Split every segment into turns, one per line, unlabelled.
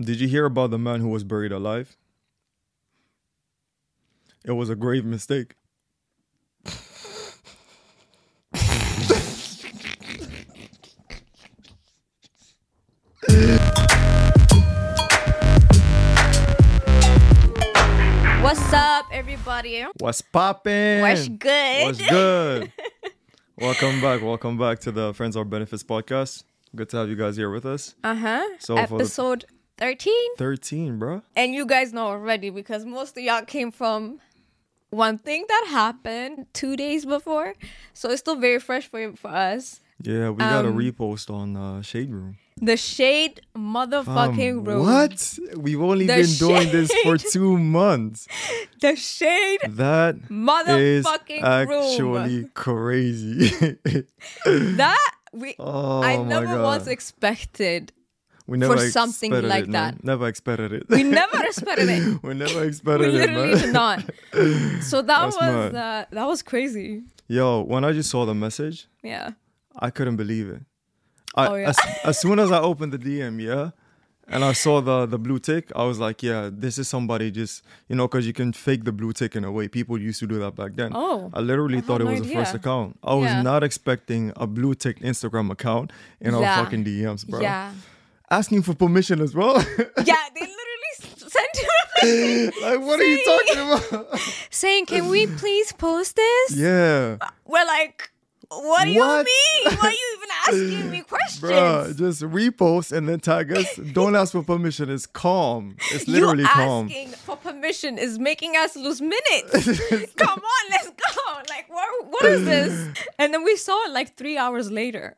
Did you hear about the man who was buried alive? It was a grave mistake.
What's up, everybody?
What's poppin'?
What's good?
What's good? welcome back. Welcome back to the Friends Are Benefits podcast. Good to have you guys here with us.
Uh huh.
So for the-
Episode 13.
13, bro.
And you guys know already because most of y'all came from one thing that happened two days before. So it's still very fresh for, for us.
Yeah, we
Um,
got a repost on uh, Shade Room.
The shade motherfucking
Um,
room.
What? We've only
The
been doing this for two months.
The shade.
That is
Motherfucking
actually crazy.
That we.
oh
I
my
never
God.
was expected.
we
something
expected
like
it, man.
that.
Never expected it.
We never expected it.
we never
We
expected it,
literally
man.
did not. So that
That's
was
mad.
uh, that was crazy.
Yo, when I just saw the message,
Yeah.
I couldn't believe it. I,
Oh, yeah.
as, as soon as I opened the DM, yeah, and I saw the the blue tick, I was like, yeah, this is somebody just you know because you can fake the blue tick in a way. People used to do that back then.
Oh,
I literally
I
thought it
had
was
no
a first
idea.
account. I was
Yeah.
not expecting a blue tick Instagram account in our
Yeah.
fucking DMs, bro.
Yeah.
Asking for permission as well. like,
Yeah, they literally s- sent you a message
what are you
Saying-
talking about?
saying, "Can we please post this?"
yeah,
We're like, "What do you
What?
mean? Why are you even asking me questions?"
bro, just repost and then tag us. Don't ask for permission. It's calm. It's literally
you
calm.
asking for permission is making us lose minutes. Come on, let's go. Like, what? What is this? And then we saw it like three hours later.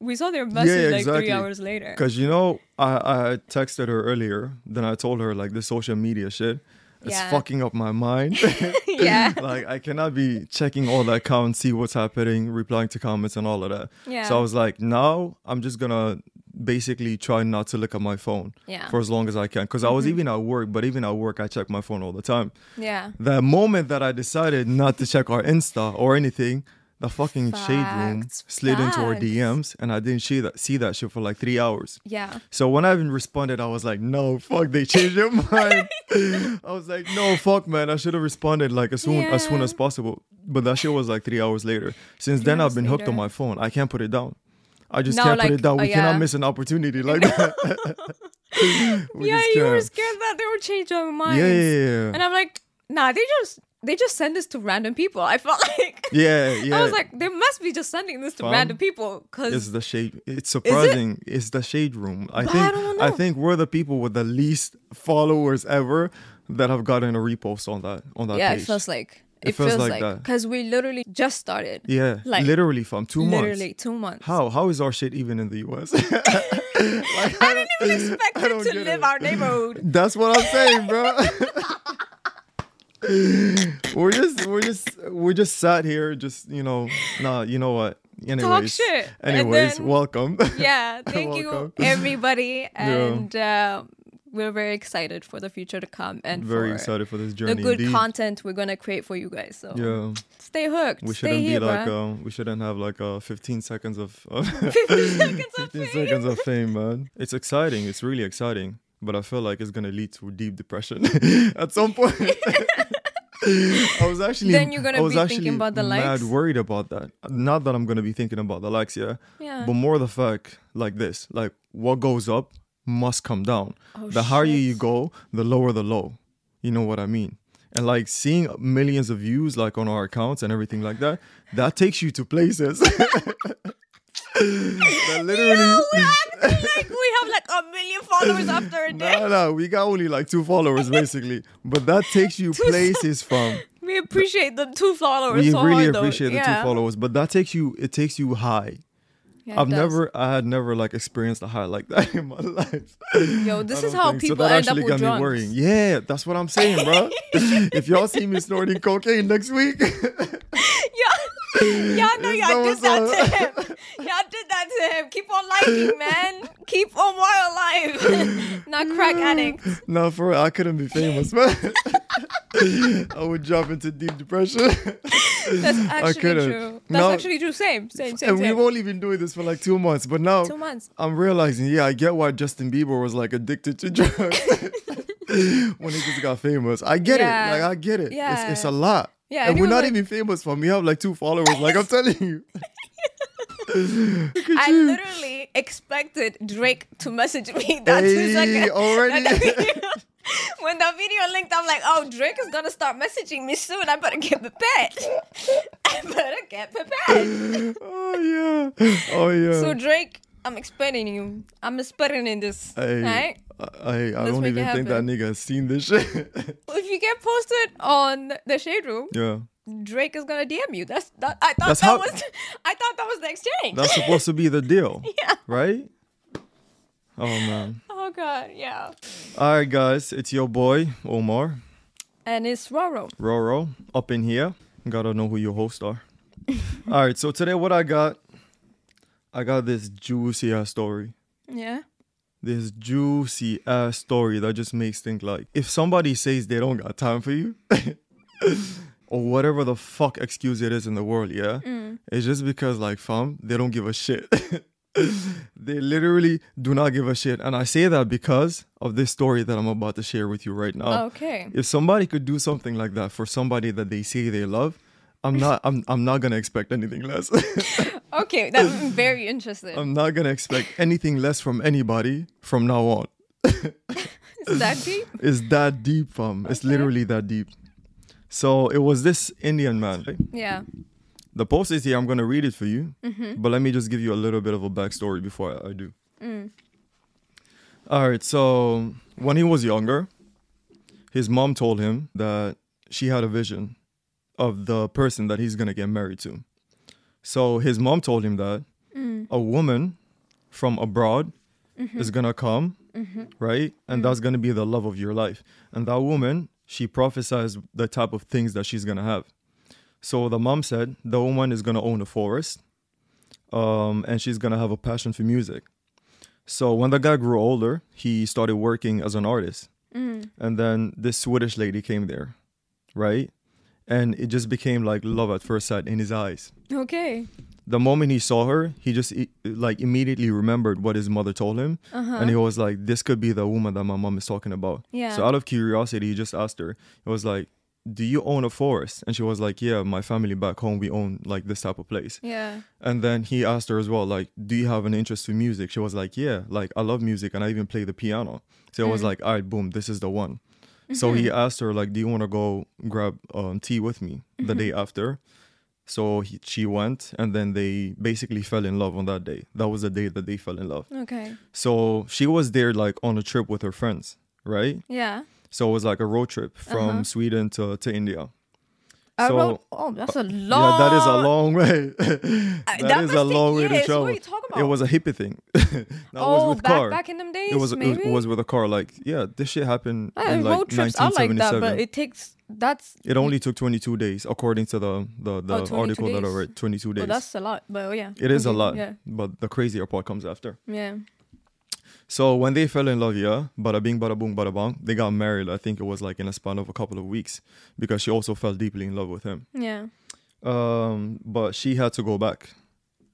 We saw their message like three hours later.
Because you know, I, I texted her earlier. Then I told her like the social media shit. It's
Yeah.
fucking up my mind.
yeah.
like I cannot be checking all the accounts, see what's happening, replying to comments and all of that.
Yeah.
So I was like, now I'm just gonna basically try not to look at my phone
Yeah. Mm-hmm.
for as long as I can. Because I was even at work, but even at work I check my phone all the time.
Yeah.
The moment that I decided not to check our Insta or anything, the fucking shade room
Facts,
slid into our
facts.
DMs and I didn't see that see that shit for like three hours.
Yeah.
So when I even responded, I was like, no, fuck, they changed their mind. I was like, no, fuck, man. I should have responded like as soon as soon
Yeah.
as possible. But that shit was like three hours later. Since then
hours
I've been hooked on
later.
my phone. I can't put it down. I just
No,
can't put
like,
it down.
oh,
We cannot
yeah.
miss an opportunity like that. We
yeah,
just
you were
can't.
scared that they would change their minds.
Yeah, yeah, yeah.
And I'm like, nah, they just they just send this to random people. I felt like
Yeah, yeah.
I was like, they must be just sending this to
Fam.
random people
It's
because
the shade. It's surprising. It's the shade room. I
But I
think.
don't
I
know.
think we're the people with the least followers ever that have gotten a repost on that on that
yeah,
page.
it feels like
It
it,
feels
feels,
like
like
that.
because we literally just started.
yeah,
like,
literally from two
literally
months.
two months.
How how is our shit even in the U.S.? Like,
I didn't even expect
don't
them to
get
live
it.
our neighborhood.
That's what I'm saying, bro. we're just we're just we're just sat here, just you know, nah, you know what? Anyways,
shit, and
anyways,
then-
welcome.
Yeah, thank you
Welcome.
everybody, and uh, we're very excited for the future to come and
Very
for
excited for this
the
journey.
good
indeed.
content we're gonna create for you guys. So
Yeah.
stay hooked.
We
stay
shouldn't
here,
be like
bruh.
um, we shouldn't have like uh 15 seconds of, of
15 seconds of
15
fame.
seconds of fame, man. It's exciting. It's really exciting, but I feel like it's gonna lead to deep depression at some point. I was actually
Then you're gonna
I was
be
actually
thinking about the likes?
Mad worried about that. Not that I'm gonna be thinking about the likes, yeah.
Yeah.
But more the fact like this, like what goes up must come down.
Oh,
the higher
shit.
you go, the lower the low. You know what I mean? And like seeing millions of views like on our accounts and everything like that, that takes you to places. that literally
No, we're acting like we have like a million followers after a day.
No, no, we got only like two followers basically, but that takes you places from.
We appreciate the two followers
We
so
really
hard, though.
appreciate the
Yeah.
two followers, but that takes you. It takes you high.
Yeah, it
I've
does.
never, I had never like experienced a high like that in my life.
Yo, this
I
is
don't
how
think so.
people
That
end up
actually
with
got me worrying.
drugs.
Yeah, that's what I'm saying, bro. if y'all see me snorting cocaine next week,
Yeah, y'all know
It's
y'all did
almost
that to him. Y'all did that to him. Keep on liking, man. Keep on while alive. Not crack addict.
no, for real, I couldn't be famous, man. I would drop into deep depression.
That's actually
couldn't.
true. That's
No.
actually true. Same, same, same.
and we've
same.
only been doing this for like two months, but now
Two months.
I'm realizing, yeah, I get why Justin Bieber was like addicted to drugs when he just got famous. I get
Yeah.
it, like I get it.
Yeah.
It's, it's a lot.
Yeah,
and
and
we're
he
not
was like-
even famous for me. have like two followers. Like I'm telling you,
I literally expected Drake to message me that two
Hey,
seconds.
already?
That video- when the video linked, I'm like, oh, Drake is gonna start messaging me soon. I better get prepared. I better get prepared.
oh yeah, oh yeah.
So Drake, I'm explaining you. I'm explaining this.
Hey,
Right?
I, I, I don't
make it
even think that
happen.
nigga has seen this shit.
If you get posted on the shade room,
yeah.
Drake is gonna DM you. That's that. I thought
That's
that
how-
was. I thought that was the exchange.
That's supposed to be the deal.
Yeah.
Right? Oh man.
oh god, yeah.
Alright guys, it's your boy Omar,
And it's Roro.
Roro, up in here. Gotta know who your hosts are. Alright, so today what I got, I got this juicy ass story.
Yeah.
This juicy ass story that just makes think like if somebody says they don't got time for you or whatever the fuck excuse it is in the world, yeah? It's just because like fam, they don't give a shit. they literally do not give a shit. And I say that because of this story that I'm about to share with you right now.
Okay.
If somebody could do something like that for somebody that they say they love, I'm not I'm I'm not gonna expect anything less.
Okay. That, I'm very interested.
I'm not gonna expect anything less from anybody from now on.
Is that deep?
It's that deep, fam. It's literally that deep. So it was this Indian man. right?
Yeah.
The post is here. I'm going to read it for you. But let me just give you a little bit of a backstory before I, I do. All right. So when he was younger, his mom told him that she had a vision of the person that he's going to get married to. So his mom told him that a woman from abroad is going to come, right? And that's going to be the love of your life. And that woman, she prophesies the type of things that she's going to have. So the mom said the woman is gonna own a forest, um, and she's gonna have a passion for music. So when the guy grew older, he started working as an artist, and then this Swedish lady came there, right? And it just became like love at first sight in his eyes.
Okay.
The moment he saw her, he just i- like immediately remembered what his mother told him, and he was like, "This could be the woman that my mom is talking about."
Yeah.
So out of curiosity, he just asked her. It was like, "Do you own a forest?" And she was like, "Yeah, my family back home we own like this type of place."
Yeah.
And then he asked her as well, like, "Do you have an interest in music?" She was like, "Yeah, like I love music and I even play the piano." So it was like, "All right, boom, this is the one." So he asked her like, "Do you want to go grab um, tea with me the day after?" So he, she went, and then they basically fell in love on that day. That was the day that they fell in love.
Okay.
So she was there like on a trip with her friends, right?
Yeah.
So it was like a road trip from Sweden to, to India.
I
So- uh,
wrote. Oh, that's a long. uh,
Yeah, that is a long way.
that
that is
must
a
take
long way
years.
to
What are
travel.
you talking
It
about?
was a hippie thing. that
Oh,
was with
back
car.
back in them days,
it was it was-
maybe?
It was with a car. Like yeah, this shit happened
I-
in like
road trips are like that,
1977.
but
it,
it takes. That's.
only took 22 days, according to the the, the
22
article that I
Oh, days.
read. 22 days.
Well, that's a lot. But oh, yeah.
it is
Okay,
a lot,
Yeah.
but the crazier part comes after.
Yeah.
So when they fell in love, yeah, bada bing, bada boom, bada bang, they got married. I think it was like in a span of a couple of weeks because she also fell deeply in love with him.
Yeah.
Um, but she had to go back,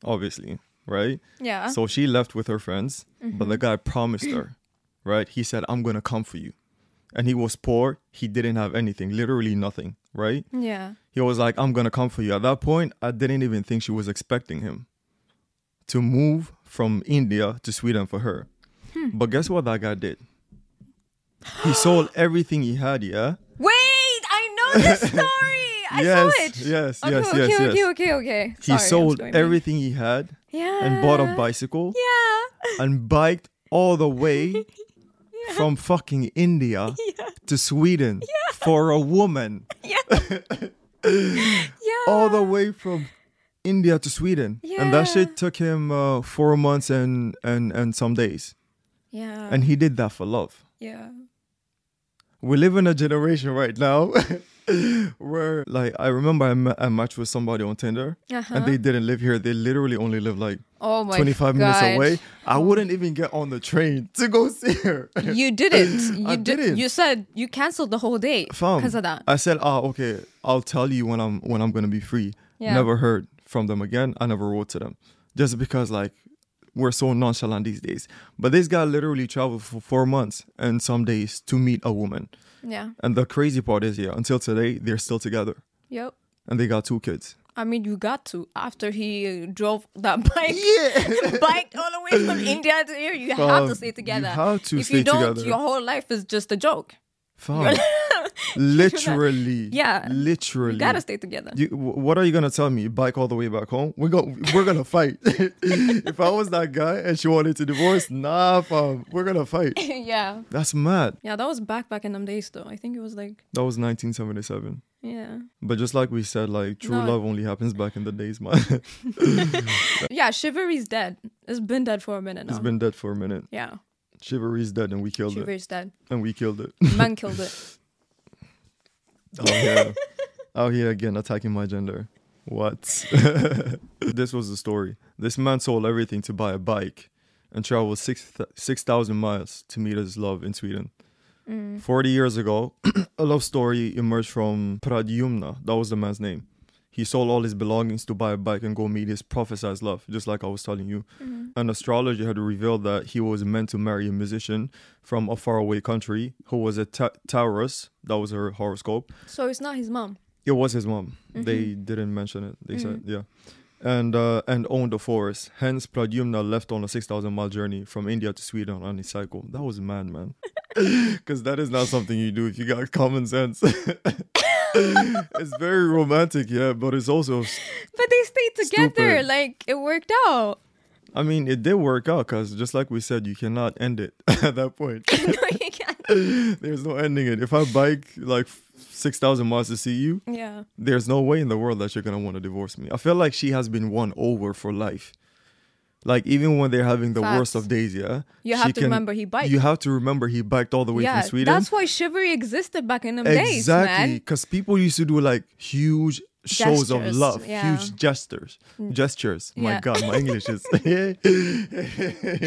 obviously, right?
Yeah.
So she left with her friends, but
Mm-hmm.
the guy promised her, right? He said, I'm gonna come for you. And he was poor, he didn't have anything, literally nothing, right?
yeah.
He was like, I'm gonna come for you. At that point, I didn't even think she was expecting him to move from India to Sweden for her.
Hmm.
But guess what that guy did? He sold everything he had, yeah?
Wait, I know this story. I
yes,
saw it.
yes,
okay,
yes,
okay,
yes,
okay,
yes.
okay, okay.
He
Sorry, I'm
sold
going back.
everything he had
Yeah.
and bought a bicycle
Yeah.
and biked all the way from fucking India to Sweden for a woman.
Yeah.
All the way from India to Sweden. And that
Yeah.
shit took him uh, four months and, and, and some days.
yeah.
And he did that for love.
yeah.
we live in a generation right now where like i remember I ma- I matched with somebody on tinder
Uh-huh.
and they didn't live here they literally only live like
Oh my
25
God. Oh.
minutes away i wouldn't even get on the train to go see her
You didn't. You
I
did.
didn't.
You said you canceled the whole date
Fam,
because of that.
i said oh okay i'll tell you when i'm when i'm gonna be free
Yeah.
never heard from them again i never wrote to them just because like we're so nonchalant these days but this guy literally traveled for four months and some days to meet a woman
yeah.
and the crazy part is yeah until today they're still together
Yep.
and they got two kids.
I mean, you got to after he uh, drove that bike, biked all the way from India to here. You have
Fam,
to stay together.
you have to
if
stay
you don't,
together.
your whole life is just a joke.
Fam. literally.
Yeah.
Literally.
You gotta stay together.
You- wh- what are you gonna tell me? Bike all the way back home? We're gonna we're gonna fight. if I was that guy and she wanted to divorce, nah, fam, we're gonna fight.
yeah.
That's mad.
Yeah, that was back back in them days though. I think it was like
That was 1977.
yeah.
But just like we said, like true
No.
love only happens back in the days, man.
Yeah, chivalry's dead. It's been dead for a minute now.
it's been dead for a minute.
yeah.
Chivalry's dead, and we killed it.
Chivalry's dead.
And we killed it.
Man killed it.
out here, out here Oh, again attacking my gender. What? this was the story. This man sold everything to buy a bike and traveled six th- 6,000 miles to meet his love in Sweden. 40 years ago, a love story emerged from Pradyumna. That was the man's name. He sold all his belongings to buy a bike and go meet his prophesized love, just like I was telling you. An astrologer had revealed that he was meant to marry a musician from a faraway country who was a ta- Taurus. That was her horoscope.
So it's not his mom.
It was his mom. They didn't mention it. They said, yeah. And uh, and owned the forest. Hence, Pradyumna left on a 6,000 mile journey from India to Sweden on his cycle. That was mad, man. Because that is not something you do if you got common sense. it's very romantic, yeah, but it's also,
But they stayed together.
Stupid.
Like it worked out.
I mean, it did work out because just like we said, you cannot end it at that point.
no, you can't.
There's no ending it. If I bike like 6,000 miles to see you,
Yeah.
there's no way in the world that you're gonna want to divorce me. I feel like she has been won over for life. Like even when they're having the worst
Facts.
of days, yeah.
You
she
have to remember he biked.
You have to remember he biked all the way
yeah.
from Sweden.
That's why chivalry existed back in them days,
exactly,
man.
because people used to do like huge shows of
Gestures,
love,
yeah. Mm.
huge gestures, gestures. My
Yeah.
God, my English is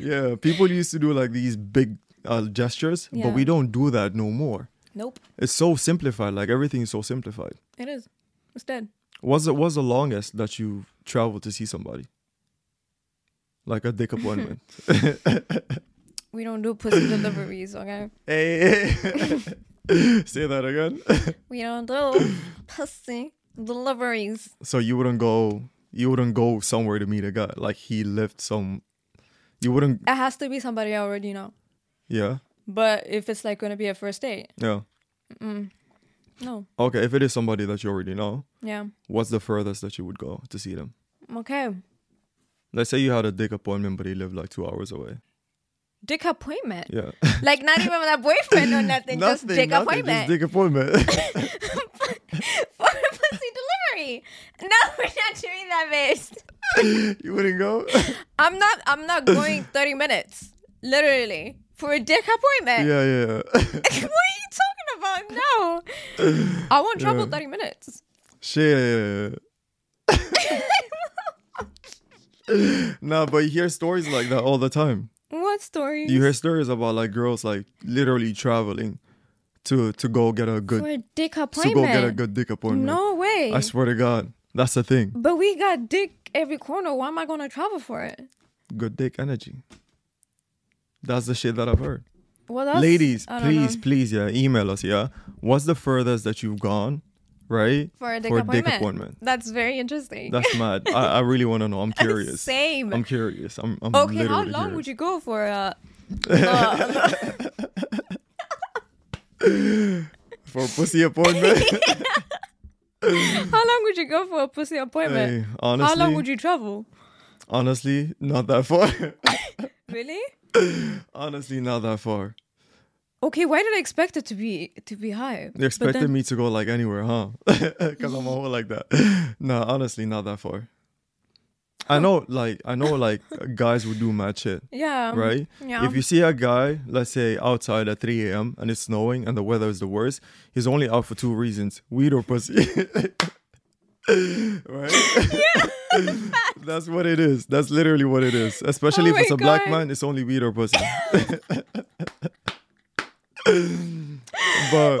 yeah. People used to do like these big uh, gestures,
Yeah.
but we don't do that no more.
Nope.
It's so simplified. Like everything is so simplified.
It is. It's dead.
What's the, what's the longest that you traveled to see somebody? Like a dick appointment.
We don't do pussy deliveries, okay?
hey, say that again.
We don't do pussy deliveries.
so you wouldn't go, you wouldn't go somewhere to meet a guy. Like he left some, you wouldn't.
It has to be somebody I already know.
Yeah,
But if it's like gonna be a first date,
yeah.
no.
Okay, if it is somebody that you already know,
Yeah.
what's the furthest that you would go to see them?
Okay.
Let's say you had a dick appointment, but he lived like two hours away.
Dick appointment.
Yeah,
Like not even a boyfriend or nothing, just dick
nothing, Just
appointment.
dick appointment.
for a pussy delivery. No, we're not doing that, bitch.
you wouldn't go.
I'm not. I'm not going 30 minutes, literally, for a dick appointment.
yeah, yeah.
what are you talking about? No, I won't travel 30 minutes.
Shit. nah, but you hear stories like that all the time.
What story?
You hear stories about like girls like literally traveling to to go get a
for
good
a dick
to
appointment?
go get a good dick appointment.
no way.
I swear to God, that's the thing.
but we got dick every corner. Why am I gonna travel for it?
Good dick energy. That's the shit that I've heard.
Well, that's,
Ladies,
I don't know.
please, please, yeah, email us, yeah. What's the furthest that you've gone right?
for a dick,
for a
appointment.
dick appointment.
That's very interesting.
That's mad. I, I really want to know. I'm curious.
Same.
I'm curious. I'm, I'm
okay, how
literally
long
curious.
would you go for a
for a pussy appointment?
how long would you go for a pussy appointment?
Hey, honestly,
how long would you travel?
honestly not that far.
Really?
honestly, not that far.
Okay, why did I expect it to be to be high?
You expected me to go like anywhere, huh? Because I'm a whole like that. No, honestly, not that far.
Oh.
I know, like, I know, like, guys would do mad shit,
Yeah.
right?
Um, Yeah.
If you see a guy, let's say, outside at 3 a.m. and it's snowing and the weather is the worst, he's only out for two reasons: weed or pussy. right? That's what it is. That's literally what it is. Especially
Oh
if it's
my
a black
God.
man, it's only weed or pussy. but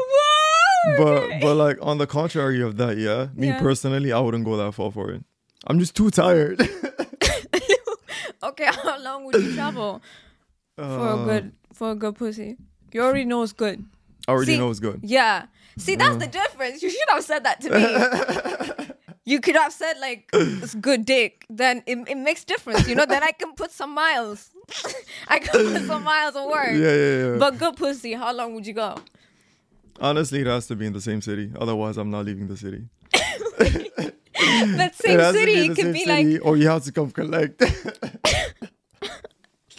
Whoa!
but but like on the contrary of that, yeah. Me
Yeah.
personally, I wouldn't go that far for it. I'm just too tired.
Okay, how long would you travel for a
Uh.
good for a good pussy? You already know it's good.
I already
See-
know it's good.
Yeah. See, that's the
Uh.
difference. You should have said that to me. you could have said like it's good dick. Then it, it makes difference, you know. Then I can put some miles. I can put some miles of work.
Yeah, yeah, yeah.
But good pussy, how long would you go?
Honestly, it has to be in the same city. Otherwise, I'm not leaving the city.
That
It
same
has to
city,
in
it
the
could
same
be
city,
like,
or you have to come collect.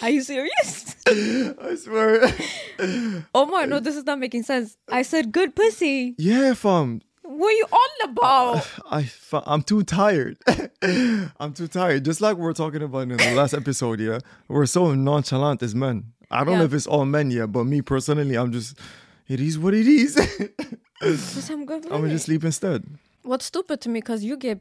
are you serious?
I swear.
oh my, no, this is not making sense. I said good pussy.
yeah, fam.
What are you on about?
I fa- I'm too tired. I'm too tired. Just like we were talking about in the last episode, yeah. We're so nonchalant as men. I don't know
Yeah.
if it's all men, yeah, but me personally, I'm just. It is what it is.
For some good
I'm
pussy.
gonna just sleep instead.
What's stupid to me? Cause you get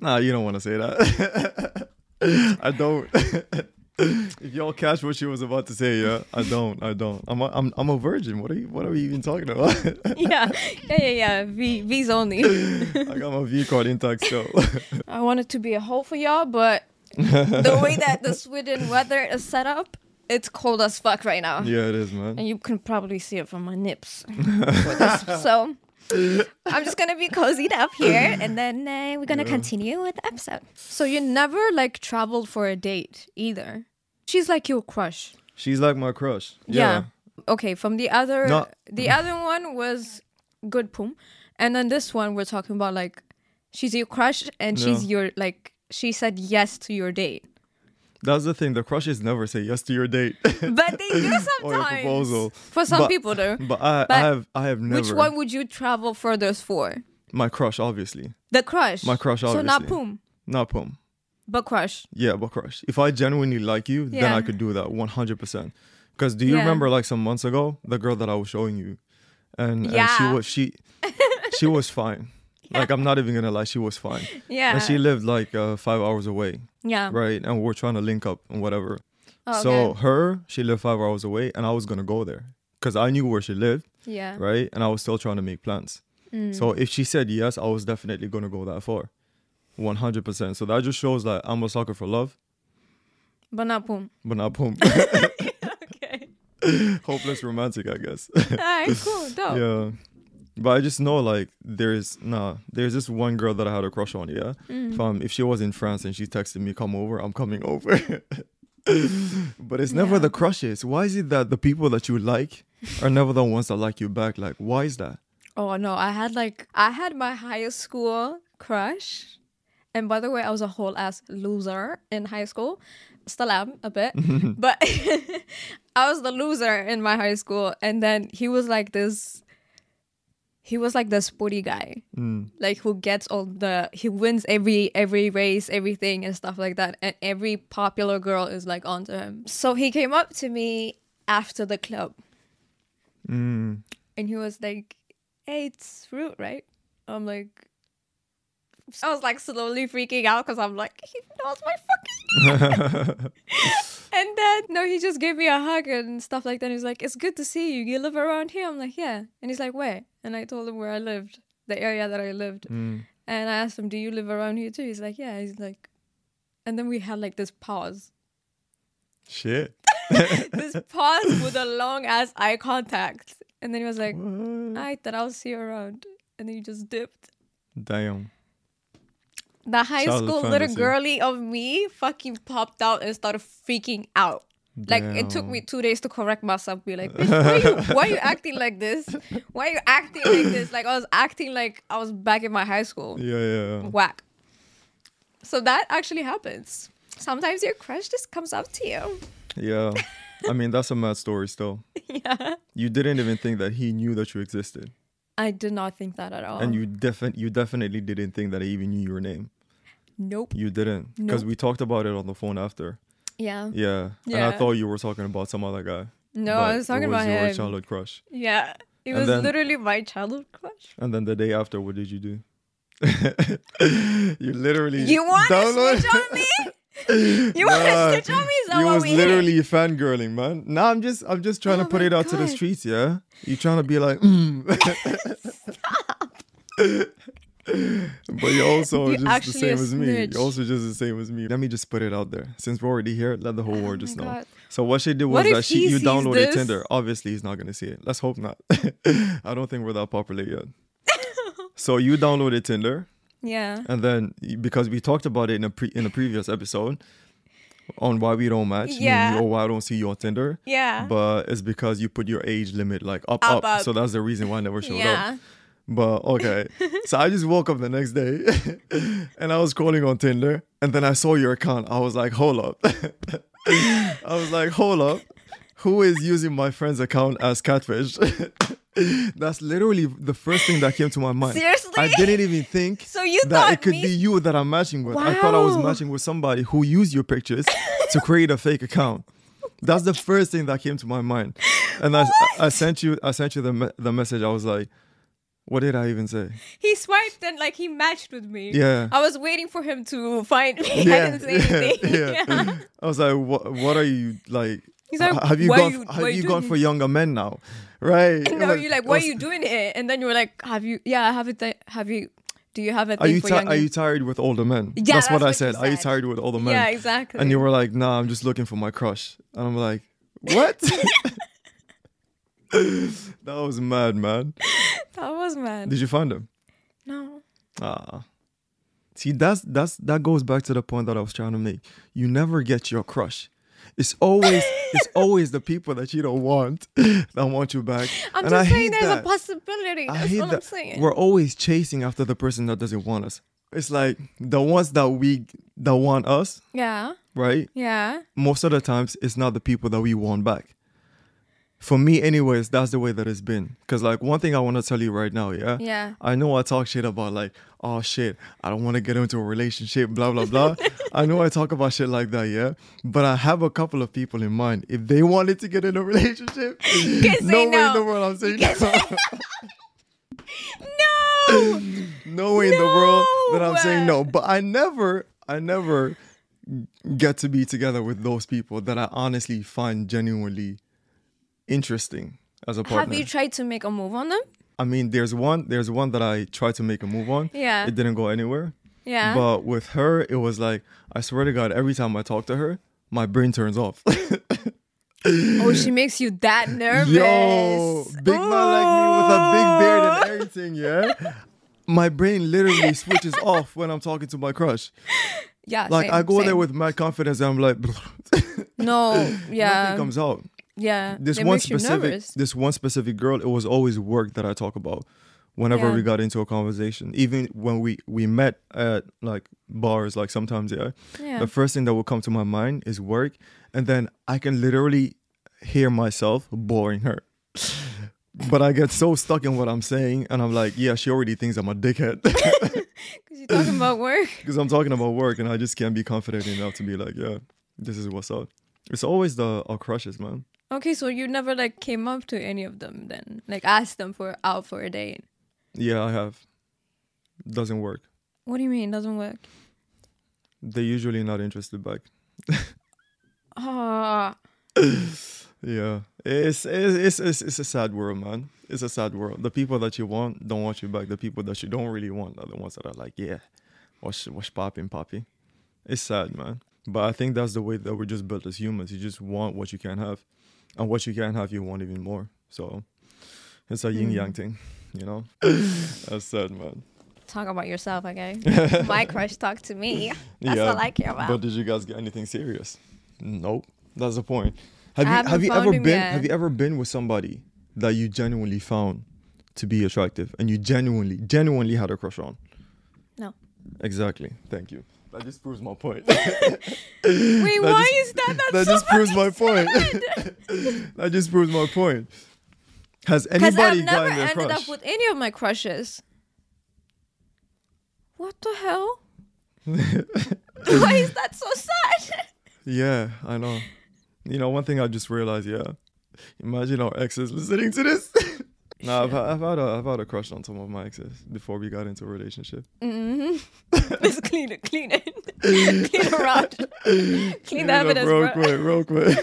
Nah, you don't want to say that. I don't. if y'all catch what she was about to say, yeah, I don't. I don't. I'm a, I'm I'm a virgin. What are you? What are we even talking about?
yeah, yeah, yeah, yeah. V V's only.
I got my V card intact still.
I wanted to be a hoe for y'all, but the way that the Sweden weather is set up, it's cold as fuck right now.
yeah, it is, man.
And you can probably see it from my nips. for this. So I'm just gonna be cozied up here, and then uh, we're gonna continue with the episode. So you never like traveled for a date either. She's like your crush.
She's like my crush.
Yeah. Okay. From the other,
No.
the other one was good poom, and then this one we're talking about like she's your crush and she's your like she said yes to your date,
That's the thing. The crushes never say yes to your date
but they do
or your
sometimes
proposal.
for some
But-
people though.
But I,
But
I have I have never
Which one would you travel furthest for?
my crush obviously
The crush.
My crush,
So not
obviously.
poom,
not poem.
but crush.
Yeah, but crush. If I genuinely like you, then
Yeah.
I could do that 100%. Because do you
Yeah.
remember like some months ago, the girl that I was showing you? And, and
Yeah.
she was she she was fine. Like I'm not even gonna lie, she was fine.
Yeah.
And she lived like uh, five hours away,
Yeah.
right? And we are trying to link up and whatever.
Oh,
So
okay.
her, she lived five hours away, and I was gonna go there because I knew where she lived,
Yeah.
right? And I was still trying to make plans.
Mm.
So if she said yes, I was definitely gonna go that far, 100%. So that just shows that I'm a sucker for love
But not poom.
but not boom.
Okay.
Hopeless romantic, I guess.
Alright. Cool. Dope.
yeah. But I just know like there's nah, there's this one girl that I had a crush on, yeah. If, um, if she was in France and she texted me, come over, I'm coming over. but it's never the crushes. Why is it that the people that you like are never the ones that like you back? Like, why is that?
Oh no, I had like I had my high school crush. And by the way, I was a whole ass loser in high school. Still am a bit. but I was the loser in my high school. And then he was like this he was like the sporty guy. Like who gets all the he wins every every race, everything and stuff like that. And every popular girl is like onto him. So he came up to me after the club and he was like, "Hey, it's root, right?" I'm like, I was like slowly freaking out because I'm like, he knows my fucking. name." and then no, he just gave me a hug and stuff like that. He's like, "It's good to see you. You live around here?" I'm like, "Yeah." And he's like, "Where?" And I told him where I lived, the area that I lived. And I asked him, "Do you live around here too?" He's like, "Yeah." He's like, and then we had like this pause
Shit.
this pause with a long ass eye contact. And then he was like, I thought I'll see you around. and then you just dipped.
Damn.
The high
Childhood
school little
fantasy.
girly of me fucking popped out and started freaking out. Like it took me two days to correct myself. Be like, "Bitch, why you, why you acting like this? Why you acting like this? Like I was acting like I was back in my high school.
Yeah, yeah. yeah.
Whack. So that actually happens. Sometimes your crush just comes up to you.
Yeah. I mean, that's a mad story still.
Yeah.
You didn't even think that he knew that you existed.
I did not think that at all.
And you defi- you definitely didn't think that he even knew your name.
Nope.
You didn't. Because
Nope.
we talked about it on the phone after.
Yeah.
Yeah. And
Yeah.
I thought you were talking about some other guy.
No, I
but
was talking
it was
about
your
him.
childhood crush.
Yeah. It
And
was
then-
literally my childhood crush.
And then the day after, what did you do? you literally
You want to
download-
switch on me? You want
Nah,
to switch on me? Is that
you
what
was
we hit?
literally fangirling, man. Nah, I'm just I'm just trying
Oh
to put
my
it out to the
God.
streets, yeah. You trying to be like, mm. but you're also
You
just the
actually a
same as me.
snitch.
You're also just the same as me. Let me just put it out there. Since we're already here, let the whole world just
Oh my
know.
God.
So what she did was
What
that
if
she
he
you
sees
downloaded
this?
Tinder. Obviously, he's not gonna see it. Let's hope not. I don't think we're that popular yet. so you downloaded Tinder.
Yeah.
And then because we talked about it in a pre- in a previous episode on why we don't match, meaning
Yeah.
or why I don't see you on Tinder.
Yeah.
But it's because you put your age limit like up up,
Up, up.
so that's the reason why I never showed
Yeah.
up. But okay, so I just woke up the next day, and I was calling on Tinder, and then I saw your account. I was like, hold up. I was like, hold up. Who is using my friend's account as catfish? That's literally the first thing that came to my mind. I
Seriously?
didn't even think
So you
that it
thought
could
me-
be you that I'm matching with. I thought I was
Wow.
matching with somebody who used your pictures to create a fake account. That's the first thing that came to my mind, and I, I sent you I sent you the me- the message. I was like, what did I even say?
He swiped and like he matched with me.
Yeah.
I was waiting for him to find me. I didn't say
yeah,
anything.
yeah. I was like, what what are you like?
He's like,
h- have you
why
gone?
you-
have
why
you,
you
gone
doing
for younger men now? Right?
No,
Like,
you're like,
I
why are
was-
you doing it? And then you were like, have you? Yeah, I have it. Th- have you? Do you have a
Are
thing
you
for
ti-
young?
are you tired with older men?
Yeah,
that's, what I
that's what you
said. Are you
said.
tired with older men?
yeah, exactly.
And you were like, nah, I'm just looking for my crush. And I'm like, what? that was mad, man.
that was mad.
Did you find him?
No.
Ah. See, that's that's that goes back to the point that I was trying to make. You never get your crush. It's always it's always the people that you don't want that want you back.
I'm
and
just
I
saying
hate
there's
that.
a possibility.
I
That's
hate
what I'm
that.
saying.
We're always chasing after the person that doesn't want us. It's like the ones that we that want us,
yeah.
right?
Yeah.
most of the times it's not the people that we want back. For me, anyways, that's the way that it's been. Cause like one thing I want to tell you right now, yeah.
Yeah.
I know I talk shit about like, oh shit, I don't want to get into a relationship, blah blah blah. I know I talk about shit like that, yeah. But I have a couple of people in mind. If they wanted to get in a relationship,
can't
no
say
way in
no.
the world I'm saying
You
no.
No.
no way in the world that I'm
No.
saying no. But I never, I never get to be together with those people that I honestly find genuinely interesting as a partner.
Have you tried to make a move on them?
I mean, there's one, there's one that I tried to make a move on.
Yeah.
It didn't go anywhere.
Yeah.
But with her, it was like, I swear to God, every time I talk to her, my brain turns off.
oh, she makes you that Oh. nervous.
Yo, big man like me with a big beard and
Ooh.
everything, yeah? My brain literally switches off when I'm talking to my crush.
Yeah.
Like
same,
I go there
same.
with mad confidence. And I'm like,
No. Yeah.
nothing comes out.
yeah.
This
They
one
makes you
specific,
nervous.
this one specific girl. It was always work that I talk about. Whenever
Yeah.
we got into a conversation, even when we we met at like bars, like sometimes yeah,
Yeah.
the first thing that will come to my mind is work, and then I can literally hear myself boring her. But I get so stuck in what I'm saying, and I'm like, yeah, she already thinks I'm a dickhead.
'Cause you're talking about work.
because I'm talking about work and I just can't be confident enough to be like, yeah, this is what's up. It's always the our crushes, man.
Okay, so you never like came up to any of them then, like asked them for out for a date.
Yeah, I have. Doesn't work.
What do you mean? It doesn't work.
They're usually not interested back.
Ah,
Yeah, it's it's, it's it's it's a sad world, man. It's a sad world. The people that you want don't want you back. The people that you don't really want are the ones that are like, yeah, what's what's popping, poppy. It's sad, man. But I think that's the way that we're just built as humans. You just want what you can't have, and what you can't have, you want even more. So It's a yin yang thing, you know? That's sad, man.
Talk about yourself, okay? My crush talked to me. That's all I care about.
But did you guys get anything serious? Nope. That's the point. Have
I
you
haven't
have you
found
ever
him
been
yet.
have you ever been with somebody that you genuinely found to be attractive and you genuinely genuinely had a crush on?
no.
Exactly. Thank you. That just proves my point.
Wait, why
just-
is that? That's
that
so
just proves
funny.
my point. that just proves my point. Has
Because
anybody
I've never
gotten their
ended
crush?
up with any of my crushes. What the hell? Why is that so sad?
yeah, I know. You know, one thing I just realized. Yeah, imagine our exes listening to this. no, I've, ha- I've had a I've had a crush on some of my exes before we got into a relationship.
Let's clean it, clean it, clean around, clean the
Yeah,
evidence,
real
bro.
quick,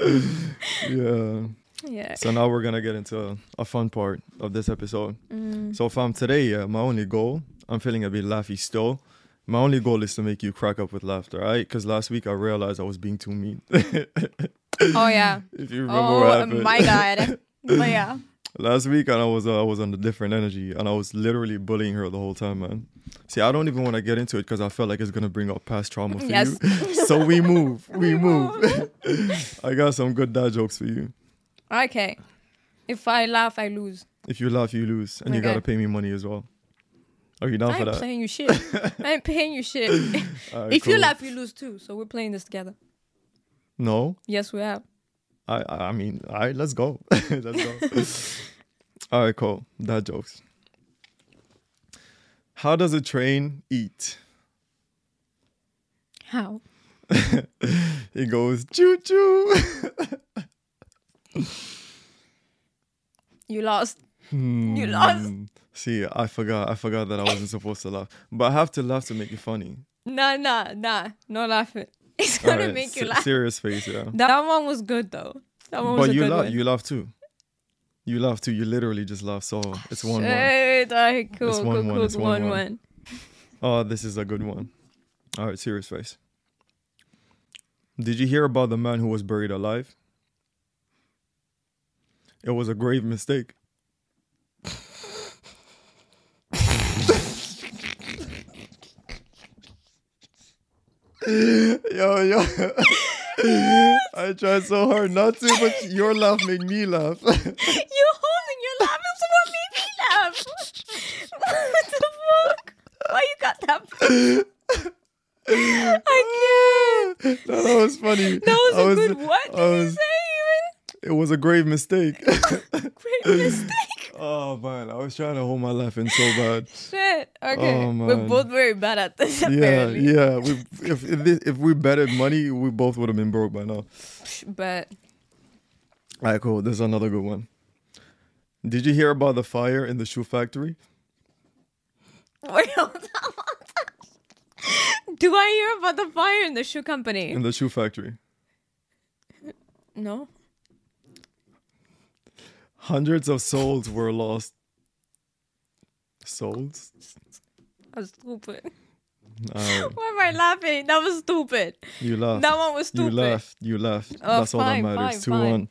real quick. yeah.
Yeah.
So now we're gonna get into a fun part of this episode.
Mm.
So fam, today, yeah, my only goal, I'm feeling a bit laughy still. My only goal is to make you crack up with laughter, all right? Because last week I realized I was being too mean.
Oh yeah.
if you remember what
Oh
happened.
my god. But yeah.
last week and I was uh, I was on a different energy and I was literally bullying her the whole time, man. See, I don't even want to get into it because I felt like it's gonna bring up past trauma for
Yes.
you. so we move, we move. I got some good dad jokes for you.
Okay. If I laugh, I lose.
If you laugh, you lose, and you
Okay.
gotta pay me money as well. Are you down for
I ain't
that?
playing you shit. I ain't paying you shit.
Alright,
if you
cool.
laugh, you lose too. So we're playing this together.
no,
Yes, we have.
I I I mean, all right, let's go, let's go. all right, cool. Dad jokes. How does a train eat?
How?
It goes choo choo.
You lost.
Hmm.
You lost.
See, I forgot. I forgot that I wasn't supposed to laugh, but I have to laugh to make it funny.
Nah, nah, nah. No laughing. It's
All
gonna
right,
make you
se-
laugh.
Serious face, yeah.
That one was good though. That one was
But
a
you
good
laugh.
one.
You laugh too. You laugh too. You literally just laugh. So it's one one.
Shit. Alright, cool,
It's
cool,
one, one,
cool,
it's
cool,
one,
one,
one.
one.
Oh, this is a good one. All right, serious face. Did you hear about the man who was buried alive? It was a grave mistake. yo, yo. I tried so hard not to, but your laugh made me laugh.
You're holding your laugh. It's what made me laugh. what the fuck? Why you got that? I can't.
No, that was um, funny.
That was
I
a good. What did
I
you
was-
say?
It was a grave mistake.
Even great mistake.
Oh man, I was trying to hold my laugh in so bad.
Shit. Okay,
Oh,
we're
man.
both very bad at this.
yeah,
apparently.
yeah. We, if if, this, if we betted money, we both would have been broke by now.
But
All right, cool. There's another good one. Did you hear about the fire in the shoe factory?
wait, hold on, hold on. Do I hear about the fire in the shoe company?
In the shoe factory,
No.
hundreds of souls were lost. Souls?
That's stupid.
All right,
Why am I laughing? That was stupid.
you laughed.
That one was
You
stupid.
laughed. You laughed.
Oh,
That's
fine,
all that matters.
fine,
Two
fine.
one.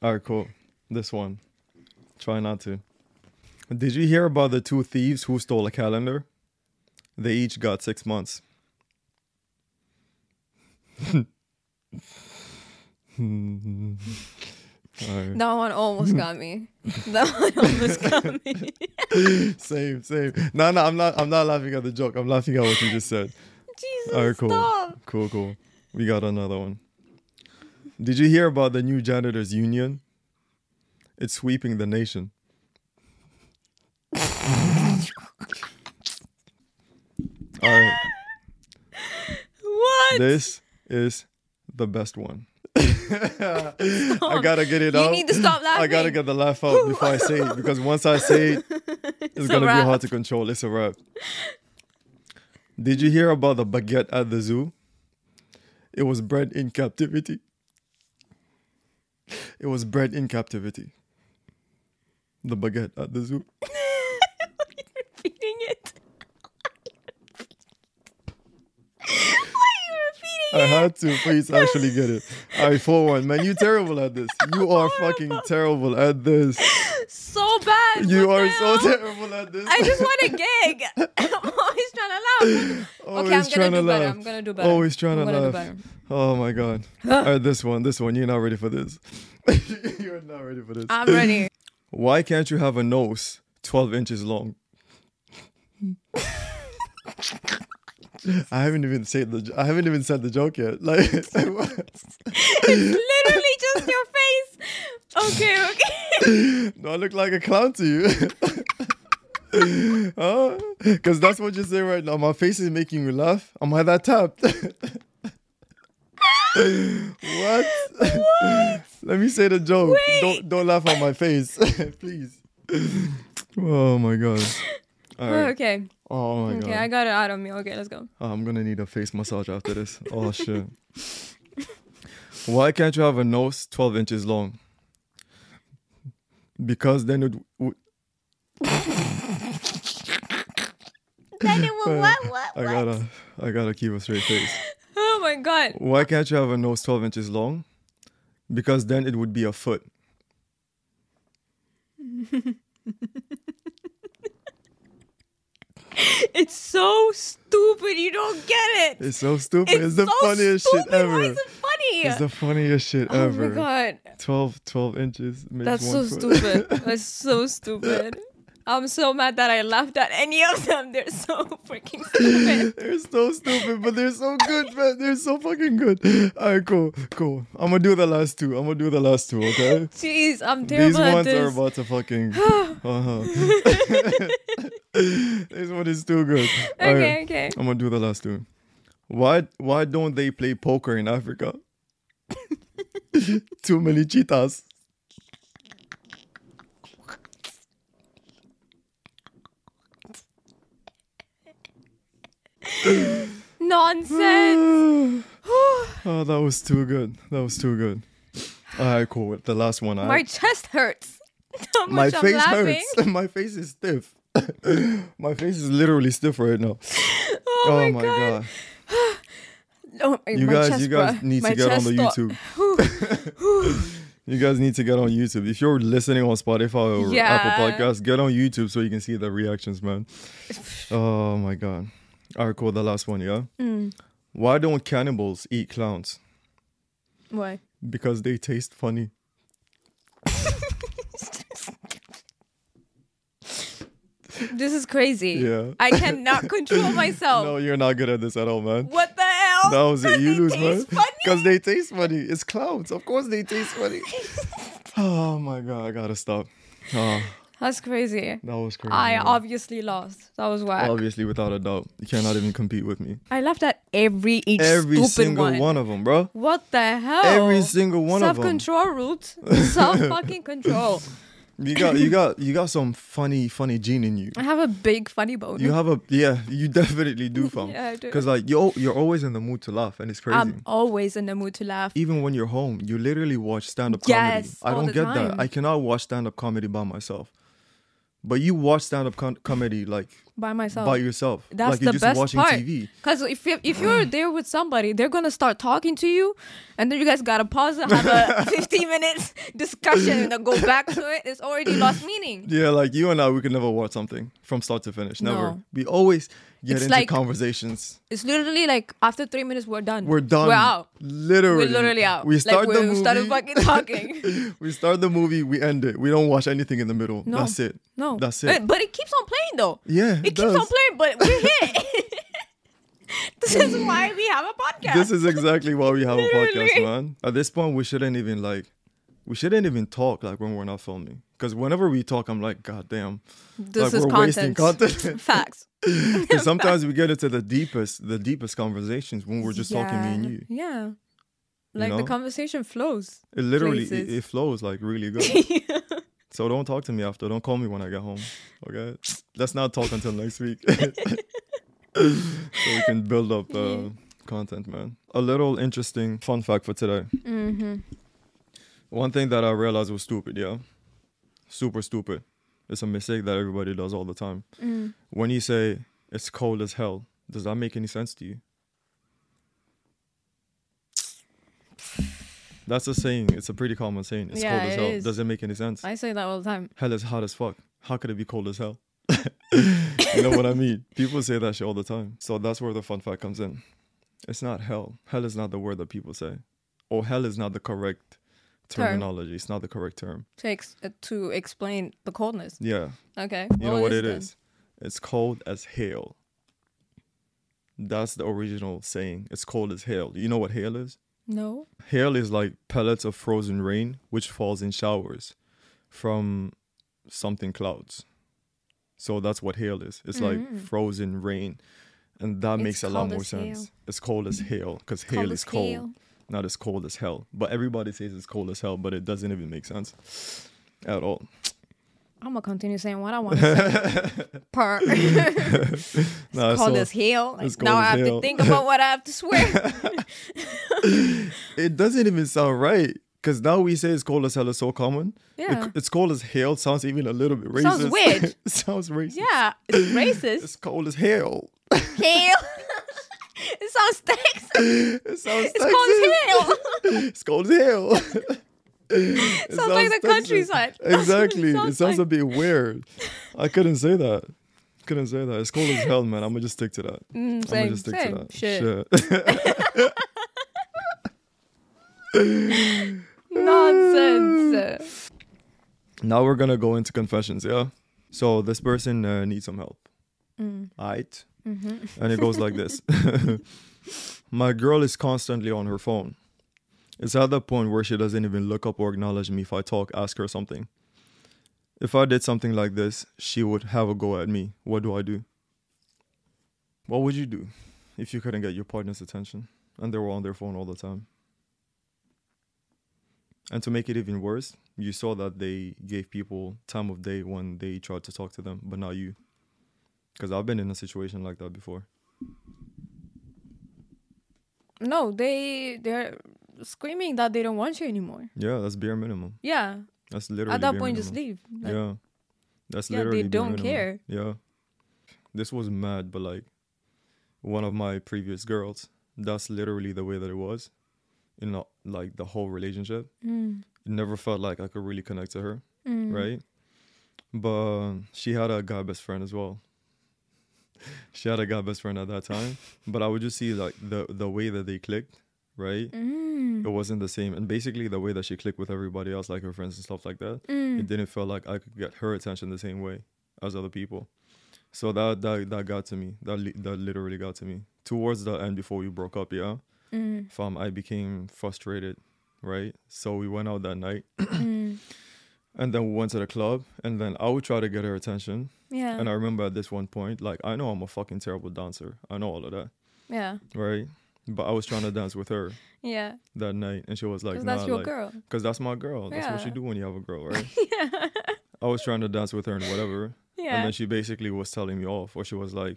All right, cool. This one. Try not to. Did you hear about the two thieves who stole a calendar? They each got six months. Alright.
That one almost got me. That one almost got me.
Same, same. No, no, I'm not. I'm not laughing at the joke. I'm laughing at what you just said.
Jesus,
All right, cool.
stop.
Cool, cool. We got another one. Did you hear about the new janitors union? It's sweeping the nation. All right,
What?
this is the best one. I gotta get it
You
out.
need to stop
I gotta
laughing.
get the laugh out before I say it because once I say it, it's, gonna be
wrap.
hard to control. It's a wrap. Did you hear about the baguette at the zoo? It was bred in captivity. It was bred in captivity. The baguette at the zoo.
You're repeating it. Why are you repeating
I had to please actually get it. All right, 4 1. Man, you terrible at this. You are fucking terrible at this.
it? so bad.
You
What
are
the
so
hell?
terrible at this.
I just want a gig. I'm always trying to laugh.
Always
okay,
trying
I'm gonna
to
do better.
laugh.
I'm gonna do better.
Always trying
I'm
to
gonna do
laugh.
better.
Oh my god. All right, this one, this one. You're not ready for this. You're not ready for this.
I'm ready.
Why can't you have a nose 12 inches long? I haven't even said the. I haven't even said the joke yet. Like,
It's literally just your face. Okay, okay.
do I look like a clown to you? Because that's what you say right now. My face is making you laugh. Am I that tapped? what? Let me say the joke. Don't don't laugh at my face, please. Oh my god. All right.
okay.
Oh my
Okay,
god.
I got it out of me. Okay, let's go.
Oh, I'm gonna need a face massage after this. Oh shit. Why can't you have a nose 12 inches long? Because then it would.
Then it will what what
Uh, I gotta, I gotta keep a straight face.
Oh my god.
Why can't you have a nose 12 inches long? Because then it would be a foot.
It's so stupid. You don't get it.
It's so stupid. It's,
It's
the
so
funniest
stupid.
shit ever.
Why is it funny?
It's the funniest shit
oh
ever.
my god.
12, 12 inches. Makes
That's so
one foot.
stupid. That's so stupid. I'm so mad that I laughed at any of them. They're so freaking stupid.
They're so stupid, but they're so good, man. They're so fucking good. All right, cool, cool. I'm gonna do the last two. I'm gonna do the last two, okay?
Jeez, I'm terrible
These
at
ones
this.
are about to fucking. uh-huh. this one is too good. All right,
okay, okay.
I'm gonna do the last two. Why? Why don't they play poker in Africa? Too many cheetahs.
Nonsense.
Oh, that was too good. That was too good. All right, cool. The last one. I
My chest hurts. How
my
much I'm
face
laughing.
hurts. my face is stiff. my face is literally stiff right now.
Oh, my god. Oh,
You
my
guys,
chest,
you guys
bruh.
need
My
to get on
chest
the
thought-
YouTube. you guys need to get on YouTube. If you're listening on Spotify or Apple
Yeah.
Podcasts, get on YouTube so you can see the reactions, man. oh my god. All right, cool. The last one, yeah.
Mm.
Why don't cannibals eat clowns?
Why?
Because they taste funny.
This is crazy.
Yeah.
I cannot control myself.
No, you're not good at this at all, man.
What the hell?
That was it.
Does
You
it
lose, man.
Oh, taste funny?
Because they taste funny. It's clouds. Of course they taste funny. oh my god, I gotta stop. Oh,
That's crazy.
that was crazy.
I
man.
obviously lost. That was whack.
obviously, without a doubt, you cannot even compete with me.
I laughed at every each
Every
stupid
single one.
one.
of them, bro.
What the hell?
Every single one of
Self
'em.
control root. Self fucking control.
You got, you got, you got some funny, funny gene in you.
I have a big funny bone.
You have a, yeah, you definitely do, fam.
Yeah, I do.
Because like you're, you're always in the mood to laugh, and it's crazy.
I'm always in the mood to laugh.
even when you're home, you literally watch stand up comedy.
Yes,
I
all
don't
the
get that.
time.
I cannot watch stand up comedy by myself. But you watch stand up con- comedy like
by myself.
by yourself.
That's
like
the
you're just
best
watching
part.
TV.
Cause if you, if you're there with somebody, they're gonna start talking to you, and then you guys gotta pause and have a 15 minutes discussion and then go back to it. It's already lost meaning.
Yeah, like you and I, we could never watch something from start to finish. Never.
No.
We always get
It's
into
like-
conversations.
It's literally like after three minutes, we're done.
We're done.
We're out.
Literally.
We're literally out.
We start
like,
the
we
movie.
started fucking talking.
we start the movie. We end it. We don't watch anything in the middle.
No.
That's it.
No.
That's
Uh,
it.
But it keeps on playing though.
Yeah,
It,
it
keeps on
does.
playing, but we're here. this is why we have a podcast.
this is exactly why we have a podcast,
Literally.
man. At this point, we shouldn't even like, we shouldn't even talk like when we're not filming. Because whenever we talk, I'm like, God damn,
This
like
is
we're wasting
content.
content.
Facts.
'Cause sometimes we get into the deepest, the deepest conversations when we're just talking me and
Yeah,
you.
Yeah. Like the
know?
conversation flows.
It literally, it,
Places.
it flows like really good. so don't talk to me after. Don't call me when I get home. Okay, let's not talk until next week. so we can build up uh, content, man. A little interesting fun fact for today. One thing that I realized was stupid, yeah. Super stupid. It's a mistake that everybody does all the time.
Mm.
When you say it's cold as hell, does that make any sense to you? That's a saying. It's a pretty common saying. It's
Yeah,
cold as
it
hell.
is.
Doesn't make any sense.
I say that all the time.
hell is hot as fuck. How could it be cold as hell? you know what I mean? People say that shit all the time. So that's where the fun fact comes in. It's not hell. Hell is not the word that people say. Or hell is not the correct
Term.
terminology. It's not the correct term.
To, ex- uh, to explain the coldness.
Yeah.
Okay.
You know what it
then?
Oh, is? It's cold as hail. That's the original saying. It's cold as hail. You know what hail is?
No.
Hail is like pellets of frozen rain which falls in showers from something clouds. So that's what hail is. It's like frozen rain. And that
Mm. It's
makes a lot
cold
more
as hail.
sense. It's cold as hail because hail
cold
is
as
cold,
hail.
not as cold as hell. But everybody says it's cold as hell, but it doesn't even make sense at all.
I'm gonna continue saying what I want to say. Per.
Nah,
Call
so
this heel.
it's
now
cold
I
as
have
hell.
to think about what I have to swear.
It doesn't even sound right because now we say it's cold as hell is so common. It-
Yeah.
it's cold as hail sounds even a little bit racist.
Sounds weird.
sounds racist.
yeah, it's racist.
It's cold as hell.
Heel. it sounds Texas.
It sounds
It's called
Texas. It's called hell. It
Sounds like the countryside. That's what it
Exactly. It sounds,
sounds like.
a bit weird. I couldn't say that. Couldn't say that. It's cold as hell, man. I'm gonna just stick to that. I'm gonna
Mm, same,
just stick
same.
to that.
Shit.
Shit.
Nonsense.
now we're gonna go into confessions, yeah. So this person uh, needs some help. Right? And it goes like this: My girl is constantly on her phone. It's at the point where she doesn't even look up or acknowledge me if I talk, ask her something. If I did something like this, she would have a go at me. What do I do? What would you do if you couldn't get your partner's attention and they were on their phone all the time? And to make it even worse, you saw that they gave people time of day when they tried to talk to them, but not you. Because I've been in a situation like that before.
No, they they're screaming that they don't want you anymore.
Yeah, that's bare minimum.
Yeah.
That's literally
At that
bare
point,
minimum.
just leave. Like,
yeah, that's
Yeah, they
literally. bare
don't
minimum.
care.
Yeah, this was mad, but like one of my previous girls, that's literally the way that it was, in the, like the whole relationship.
Mm.
It never felt like I could really connect to her, right? But she had a guy best friend as well. She had a guy best friend at that time, but I would just see like the the way that they clicked, right? it wasn't the same. And basically, the way that she clicked with everybody else, like her friends and stuff like that, it didn't feel like I could get her attention the same way as other people. So that that that got to me. That li- that literally got to me. Towards the end, before we broke up, yeah, fam, I became frustrated, right? So we went out that night, and then we went to the club, and then I would try to get her attention.
Yeah.
And I remember at this one point, like I know I'm a fucking terrible dancer. I know all of that,
yeah.
right? But I was trying to dance with her
Yeah.
that night, and she was like,
Because that's
nah,
your
like,
girl.
Cause that's my girl. That's what
Yeah.
you do when you have a girl, right? I was trying to dance with her and whatever. And
Yeah.
then she basically was telling me off, or she was like,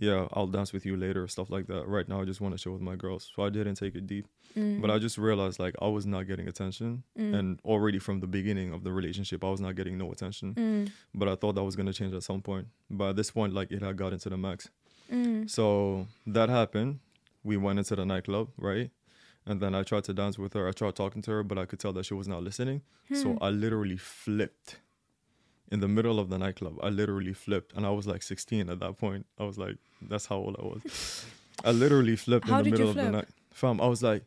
"Yeah, I'll dance with you later," stuff like that. Right now, I just want to chill with my girls. So I didn't take it deep, but
Mm.
I just realized like I was not getting attention, and already from the beginning of the relationship, I was not getting no attention.
Mm.
But I thought that was gonna change at some point. But at this point, like it had gotten to the max. So that happened. We went into the nightclub, right? And then I tried to dance with her. I tried talking to her, but I could tell that she was not listening. So
Hmm.
I literally flipped in the middle of the nightclub. I literally flipped, and I was like 16 at that point. I was like, that's how old I was. I literally flipped
How
in the
did you
middle of the
flip?
night. Fam, I was like,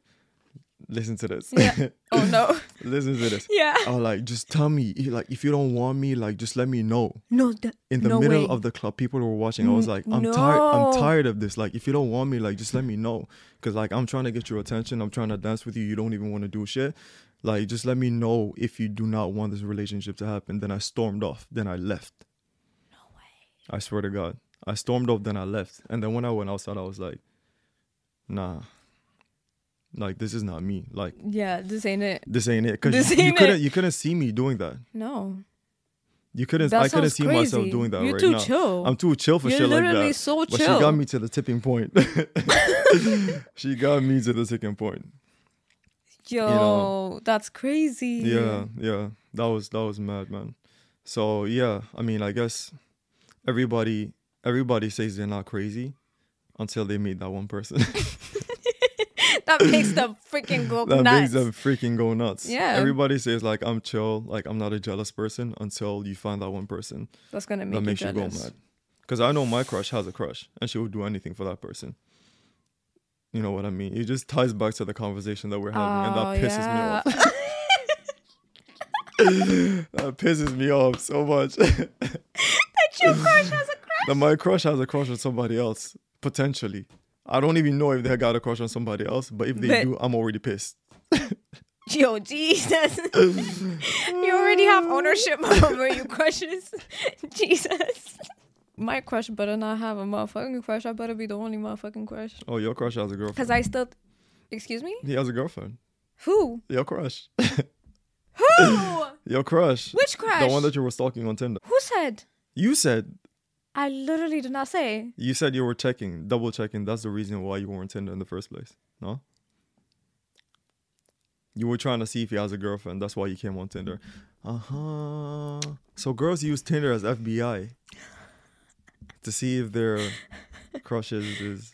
listen to this.
Yeah. Oh no.
listen to this.
Yeah.
I was like, just tell me, if- like, if you don't want me, like, just let me know.
No. th-
In the
no
middle
way.
of the club, people were watching. I was like, I'm tired.
no.
I'm tired of this. Like, if you don't want me, like, just let me know. Cause like, I'm trying to get your attention. I'm trying to dance with you. You don't even want to do shit. Like, just let me know if you do not want this relationship to happen. Then I stormed off. Then I left. No way. I swear to God, I stormed off. Then I left. And then when I went outside, I was like, Nah. Like, this is not me. Like,
Yeah. This ain't it.
this ain't it. Cause
This
you, you
ain't it.
couldn't. You couldn't see me doing that.
No.
You couldn't.
That
I couldn't
sounds
see myself
crazy.
doing that
You're
right
too
now.
chill.
I'm too chill for
You're
shit like that.
literally so
But she
chill.
got me to the tipping point. she got me to the tipping point.
Yo,
know.
that's crazy.
Yeah, yeah. That was that was mad, man. So yeah, I mean, I guess everybody everybody says they're not crazy until they meet that one person.
that makes them freaking go
That
nuts.
makes them freaking go nuts.
Yeah.
Everybody says like I'm chill, like I'm not a jealous person until you find that one person
That's gonna make
that makes you,
jealous.
go mad. Because I know my crush has a crush, and she would do anything for that person. You know what I mean? It just ties back to the conversation that we're having,
Oh,
and that pisses me off. That pisses me off so much. that
Your crush has a crush.
my crush has a crush on somebody else potentially. I don't even know if they got a crush on somebody else, but if they
But-
do, I'm already pissed.
Yo, Jesus. you already have ownership over your crushes. Jesus. My crush better not have a motherfucking crush. I better be the only motherfucking crush.
Oh, your crush has a girlfriend.
Because I still. Excuse me?
He has a girlfriend.
Who?
Your crush.
Who?
Your crush.
Which
The
crush?
one that you were stalking on Tinder.
Who said?
You said
I literally did not say.
you said you were checking, double checking. That's the reason why you were on Tinder in the first place. No. You were trying to see if he has a girlfriend. That's why you came on Tinder. Uh huh. So girls use Tinder as FBI to see if their crushes is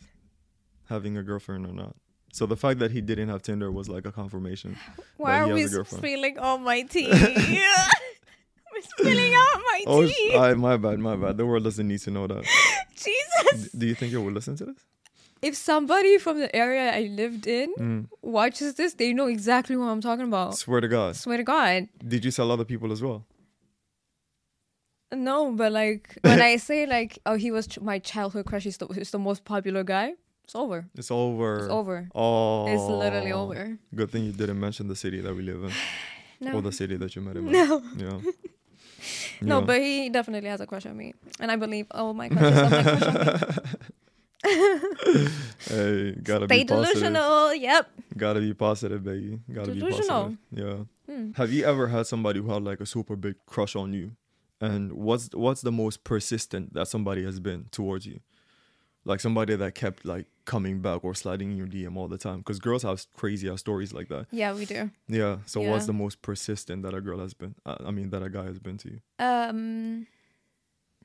having a girlfriend or not. So the fact that he didn't have Tinder was like a confirmation.
Why
that he
are we
has a girlfriend.
spilling all my tea? We're spilling out my
Oh,
tea.
sh- I, my bad, my bad. The world doesn't need to know that.
Jesus.
Do you think it will listen to this?
If somebody from the area I lived in
Mm.
watches this, they know exactly what I'm talking about.
Swear to God.
swear to God.
Did you sell other people as well?
No, but like when I say like, oh, he was ch- my childhood crush. He's the, he's the most popular guy. It's over.
It's over. It's
over.
Oh.
It's literally over.
Good thing you didn't mention the city that we live in.
No,
Or the city that you met him
No.
in. Yeah.
no,
Yeah.
but he definitely has a crush on me, and I believe all my crushes have a crush on me.
Hey, gotta
Stay
be positive.
delusional. Yep.
Gotta be positive, baby. Gotta
Delusional. Hmm.
be positive. Yeah. Have you ever had somebody who had like a super big crush on you? And what's what's the most persistent that somebody has been towards you? Like somebody that kept like coming back or sliding in your DM all the time. Because girls have crazy ass stories like that.
Yeah, we do.
Yeah. So
Yeah.
what's the most persistent that a girl has been? uh, I I mean, that a guy has been to you.
um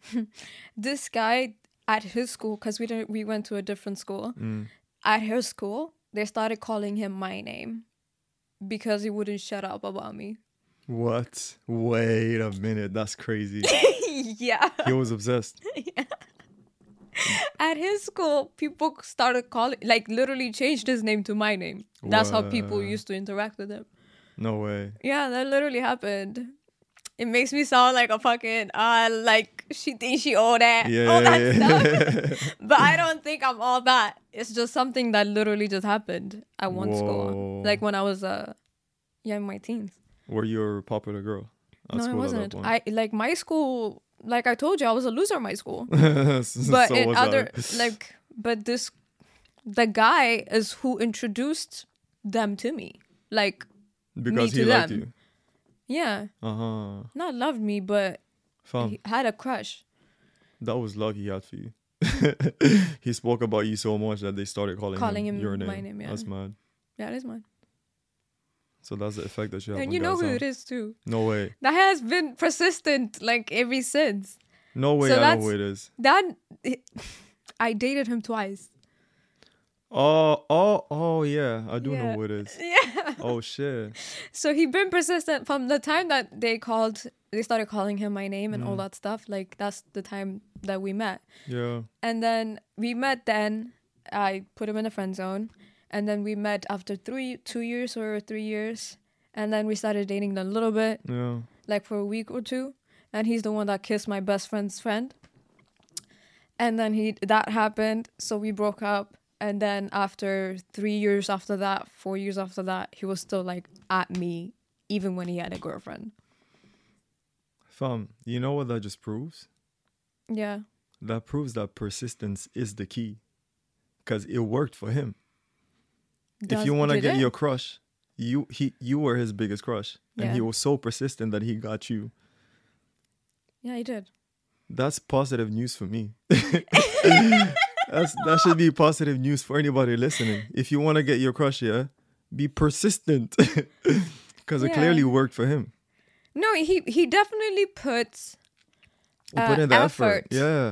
this guy at his school because we didn't we went to a different school at her school they started calling him my name because he wouldn't shut up about me
What? Wait a minute. That's crazy.
yeah
he was obsessed.
at his school people started calling like literally changed his name to my name that's how people
Wow.
used to interact with him
No way.
yeah that literally happened it makes me sound like a fucking uh like she thinks she all that
Yeah.
all that stuff But I don't think I'm all that. It's just something that literally just happened at one school.
Whoa.
Like when I was uh yeah, in my teens.
Were you a popular girl? at
no, I
school at that
wasn't. I like my school like I told you, I was a loser at my school.
point? So
But in
was
other
I.
like but this the guy is who introduced them to me. Like
because
me
he
to
liked
them.
you.
yeah.
Uh huh.
Not loved me, but
Fam,
he had a crush.
that was love he had for you. he spoke about you so much that they started calling,
Calling him
your name.
my name, yeah.
That's mad.
That is mine.
So that's the effect that you have.
And
on
you know
guys,
who
huh?
it is too.
No way.
That has been persistent like ever since.
No way.
So
I know
that's-
who it is.
That I dated him twice.
Oh, oh, oh, yeah. I do know
Yeah.
who it is.
Yeah.
Oh shit.
So he been persistent from the time that they called they started calling him my name and all that stuff. Like that's the time that we met.
Yeah.
And then we met then I put him in a friend zone and then we met after 3 2 years or 3 years and then we started dating a little bit
Yeah.
like for a week or two and he's the one that kissed my best friend's friend and then he that happened so we broke up and then after three years after that four years after that he was still like at me even when he had a girlfriend
Fam, you know what that just proves?
yeah
That proves that persistence is the key. Cause it worked for him. if
Does-
you want to
did
get
it?
your crush, you he you were his biggest crush. And he
Yeah.
was so persistent that he got you.
yeah he did
That's positive news for me. That's that should be positive news for anybody listening. If you want to get your crush, yeah, be persistent. Cause it
Yeah.
clearly worked for him.
no he he definitely puts
He
Uh,
put in the effort.
effort.
Yeah.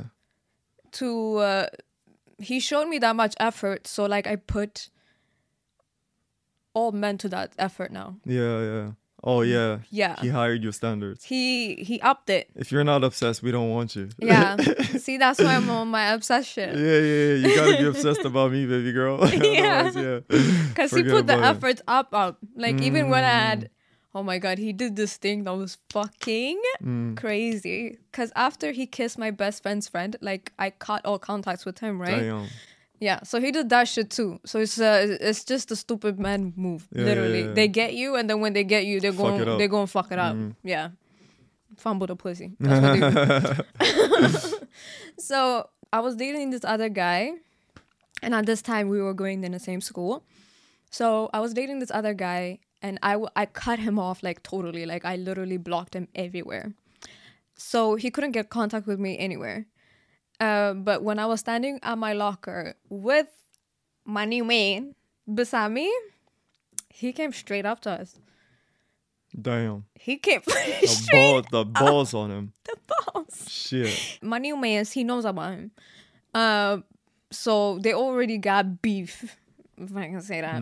to uh, he showed me that much effort so like i put all men to that effort now.
Yeah, yeah. Oh yeah.
Yeah.
He hired your standards.
He he upped it.
If you're not obsessed, we don't want you.
Yeah. See, that's why I'm on my obsession.
Yeah, yeah, yeah. You gotta be obsessed about me, baby girl.
Yeah.
Otherwise, yeah.
Because he
Forget
put the
about it. Mm.
effort up, up. Like, even when I had, oh my God, he did this thing that was fucking
Mm.
crazy. Because after he kissed my best friend's friend, like, I cut all contacts with him, right?
Damn.
Yeah. So he did that shit too. So it's uh, it's just a stupid man move,
Yeah, yeah,
literally.
yeah.
They get you, and then when they get you, they're
Fuck it
going
up. Mm-hmm.
they're going to fuck it up. Yeah. Fumble the pussy. That's what they do. so I was dating this other guy, and at this time we were going in the same school. So I was dating this other guy, and I w- I cut him off like totally, like I literally blocked him everywhere. So he couldn't get contact with me anywhere. Uh, but when I was standing at my locker with my new man beside me, he came straight up to us.
Damn.
He came
The
straight
balls, the balls on him.
the balls.
Shit.
my new man, he knows about him. Uh, so they already got beef, if I can say that.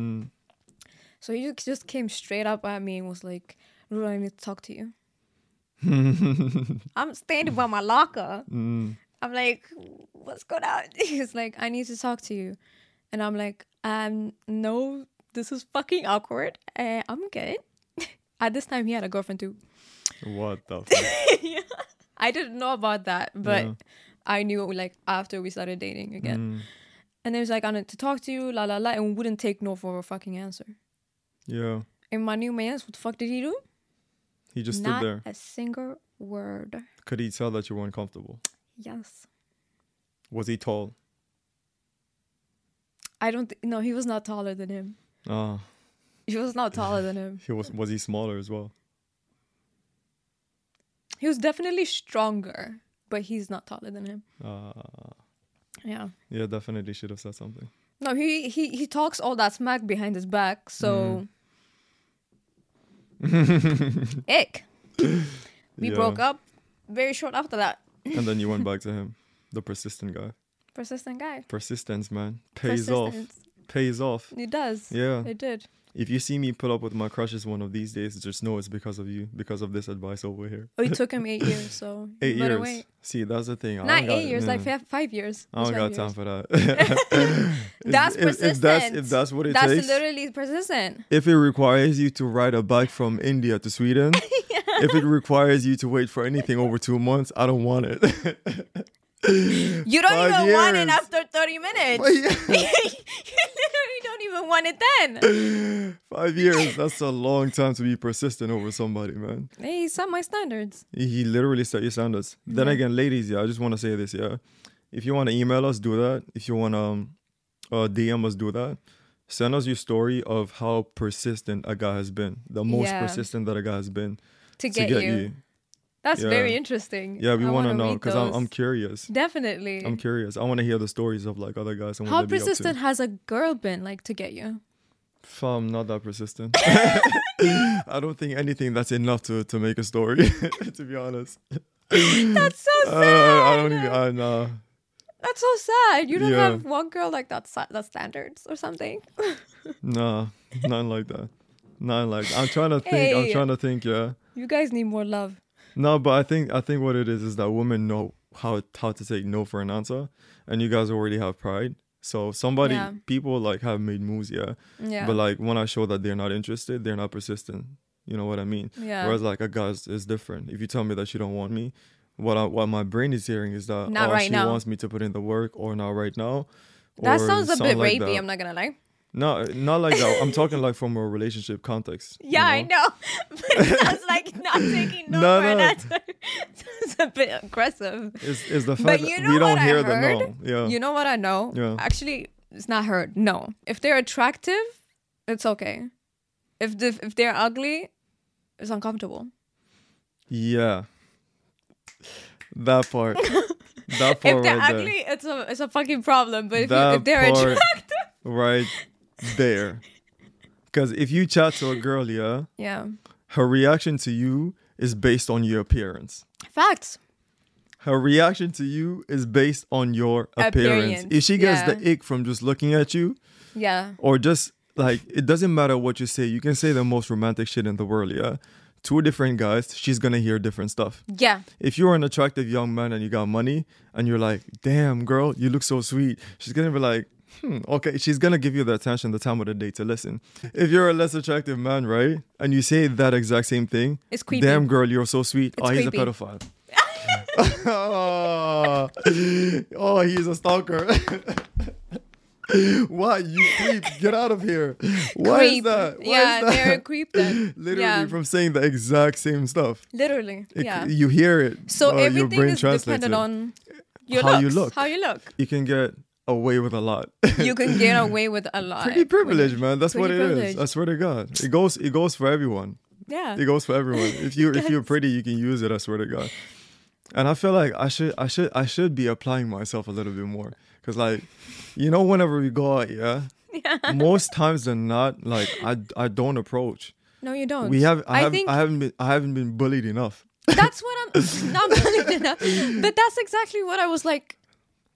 So he ju- just came straight up at me and was like, Rura, I need to talk to you. I'm standing by my locker. I'm like, what's going on? He's like, I need to talk to you. And I'm like, um, no, this is fucking awkward. Uh, I'm good. At this time, he had a girlfriend too.
What the fuck?
I didn't know about that, but I knew like after we started dating again. And it was like, I need to talk to you, la la la, and wouldn't take no for a fucking answer.
Yeah.
And my new man, what the fuck did he do?
He just
Not
stood there.
a single word.
Could he tell that you weren't comfortable?
Yes.
Was he tall?
I don't, thi- no, he was not taller than him.
Ah,
He was not taller than him.
he was. Was he smaller as well?
He was definitely stronger, but he's not taller than him.
Ah,
Yeah.
yeah, definitely should have said something.
No, he, he, he talks all that smack behind his back, so. Ick. We
Mm. Yeah.
broke up very short after that.
And then you went back to him, the persistent guy.
persistent guy.
Persistence, man, pays off.
Persistence.
Pays off.
It does.
Yeah.
It did.
If you see me put up with my crushes one of these days, just know it's because of you, because of this advice over here.
Oh, it took him eight years, so you
Eight
better
years.
Wait.
See, that's the thing. I
Not
don't got-
eight years, like
yeah.
five, five years.
I don't
It's
got
five
time
years.
for that.
That's
if- if
persistent.
that's- if that's what it
That's
takes.
literally persistent.
if it requires you to ride a bike from India to Sweden, if it requires you to wait for anything over two months, I don't want it.
You don't
Five
even want it
years.
after 30 minutes. you literally don't even want it then.
Five years, that's a long time to be persistent over somebody, man.
Hey, he set my standards.
He literally set your standards. Then again, ladies, yeah, I just want to say this, yeah. If you want to email us, do that. If you want to um, uh, DM us, do that. Send us your story of how persistent a guy has been, the most
Yeah.
persistent that a guy has been
To
to
get, you. That's
Yeah.
very interesting.
Yeah, we
I
want to
wanna
know
read
because I'm,
those.
I'm curious.
Definitely.
I'm curious. I want to hear the stories of like other guys and what
How
they be up to.
persistent has a girl been like to get you?
Fam, not that persistent. I don't think anything that's enough to, to make a story, to be honest.
That's so
Uh,
sad.
I don't even, I know.
That's so sad. You don't
Yeah.
have one girl like that, sa- that standards or something.
Nah, nothing like that. Nothing like that. I'm trying to think, I'm
Hey.
trying to think, yeah.
you guys need more love.
No, but I think I think what it is is that women know how how to take no for an answer, and you guys already have pride. So somebody,
Yeah.
people like have made moves, yeah.
Yeah.
But like when I show that they're not interested, they're not persistent. You know what I mean?
Yeah.
Whereas like a guy is, is different. If you tell me that you don't want me, what I, what my brain is hearing is that
Not
oh,
right
she
now.
wants me to put in the work or not right now.
That
or
sounds a
something
bit
like
rapey,
that.
I'm not gonna lie.
no, not like that. I'm talking like from a relationship context. you
Yeah, I know. but it sounds like not taking no,
No,
for an
no.
answer. sounds a bit aggressive.
It's, it's the
But
fact
you
that
know
we don't
what
hear
I
the
heard?
no. Yeah.
You know what I know?
Yeah.
Actually, it's not heard. No. If they're attractive, it's okay. If the, if they're ugly, it's uncomfortable.
Yeah. That part. that part
if they're
right
ugly, it's a it's a fucking problem. But if, you,
That
if they're
part-
attractive,
there. Right there. Because if you chat to a girl, yeah,
yeah,
her reaction to you is based on your appearance.
facts.
Her reaction to you is based on your appearance.
Appearance,
If she gets
yeah.
the ick from just looking at you
Yeah,
or just like it doesn't matter what you say. You can say the most romantic shit in the world, yeah. Two different guys, she's gonna hear different stuff.
Yeah.
If you're an attractive young man and you got money and you're like, damn girl, you look so sweet, she's gonna be like, hmm, okay, she's gonna give you the attention, the time of the day to listen. If you're a less attractive man, right, and you say that exact same thing,
It's creepy.
Damn girl, you're so sweet.
It's
oh, he's a
creepy.
pedophile. oh, oh, he's a stalker. Why you creep? Get out of here! Why
creep.
is that? Why
yeah,
is that?
they're a creep then.
literally
yeah.
from saying the exact same stuff.
literally.
It-
yeah.
You hear it.
so
uh, your
everything
brain
is
translates
dependent
it.
on your
How you
looks,
look.
How you look.
You can get away with a lot.
You can get away with a lot.
Pretty privileged,
when-
man. That's what it
pretty
is.
privileged.
I swear to God, it goes. It goes for everyone.
Yeah.
It goes for everyone. If you if you're pretty, you can use it. I swear to God. And I feel like I should I should I should be applying myself a little bit more because like, you know, whenever we go out, yeah, most times than not, like I I don't approach.
No, you don't.
We have I,
I
have
think
I haven't been I haven't been bullied enough.
that's what I'm not bullied enough. But that's exactly what I was like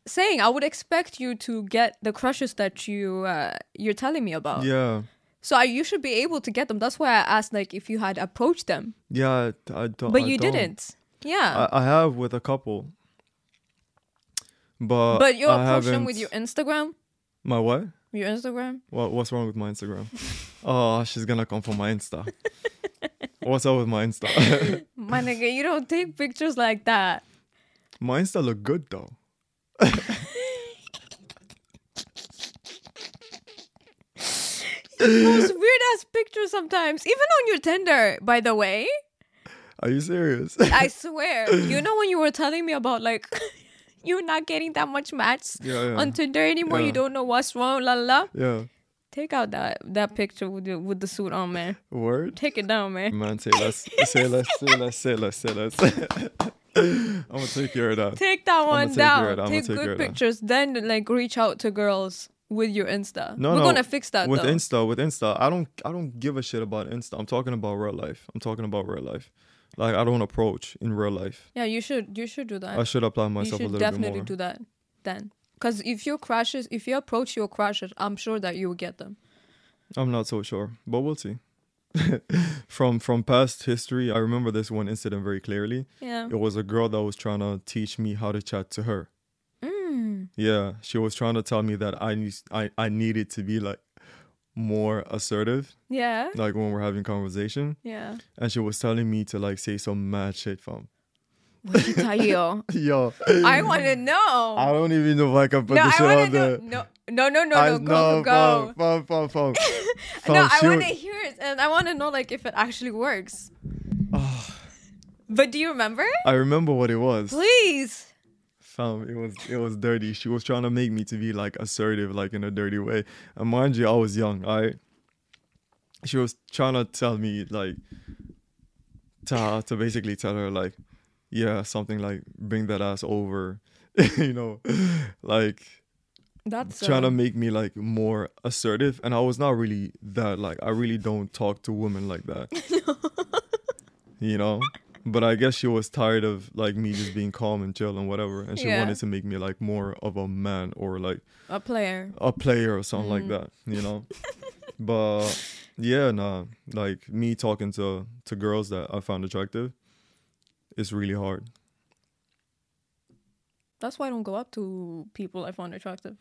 saying. I would expect you to get the crushes that you uh, you're telling me about.
Yeah.
So I, you should be able to get them. That's why I asked like if you had approached them,
Yeah, I, I don't.
but
I
you
don't.
didn't. Yeah.
I, uh, I have with a couple. But
but you
I
approached them with
haven't-
your Instagram.
my what?
Your Instagram.
What what's wrong with my Instagram? oh, she's gonna come for my Insta. what's up with my Insta?
My nigga, you don't take pictures like that.
my Insta look good though.
Those weird ass pictures sometimes, even on your Tinder, by the way.
Are you serious?
I swear. You know when you were telling me about like you're not getting that much match
Yeah, yeah.
on Tinder anymore.
Yeah.
You don't know what's wrong. La la. la.
yeah.
Take out that that picture with the, with the suit on, man.
Word.
Take it down, man.
Man, say less, say less, say less, say less, say less. I'm gonna take care of that.
Take that one
take
down.
your- I'ma
take
take your-
good pictures. Then like reach out to girls with your Insta.
No,
We're
no.
gonna fix that
with
though.
Insta. With Insta, I don't, I don't give a shit about Insta. I'm talking about real life. I'm talking about real life. Like I don't approach in real life.
yeah, you should you should do that.
I should apply
you
myself a
should
little bit
definitely
more.
do that then. Because if your crushes, if you approach your crushes, I'm sure that you will get them.
I'm not so sure, but we'll see. from from past history, I remember this one incident very clearly.
Yeah.
It was a girl that was trying to teach me how to chat to her.
Mm.
Yeah, she was trying to tell me that I need I, I needed to be like more assertive,
Yeah.
like when we're having conversation.
Yeah.
And she was telling me to like say some mad shit, fam.
What did I tell you?
Yo,
I want to know.
I don't even know if I can put
no,
this
I
shit
want
out
to
there.
know. No, no, no, no,
I-
no. Go, go, go.
fam, fam, fam, fam. Fam,
No, I
she
want to
was-
hear it, and I want to know like if it actually works. but do you remember?
I remember what it was.
Please.
Fam, it was it was dirty. She was trying to make me to be like assertive, like in a dirty way. And mind you, I was young, alright? She was trying to tell me like to, to basically tell her like, yeah, something like bring that ass over. you know, like
That's
trying to
uh,
make me like more assertive. And I was not really that like I really don't talk to women like that. you know? But I guess she was tired of like me just being calm and chill and whatever. And she
Yeah.
wanted to make me like more of a man or like
a player.
a player or something like that, you know? but yeah, nah. Like me talking to to girls that I found attractive, it's really hard.
That's why I don't go up to people I find attractive.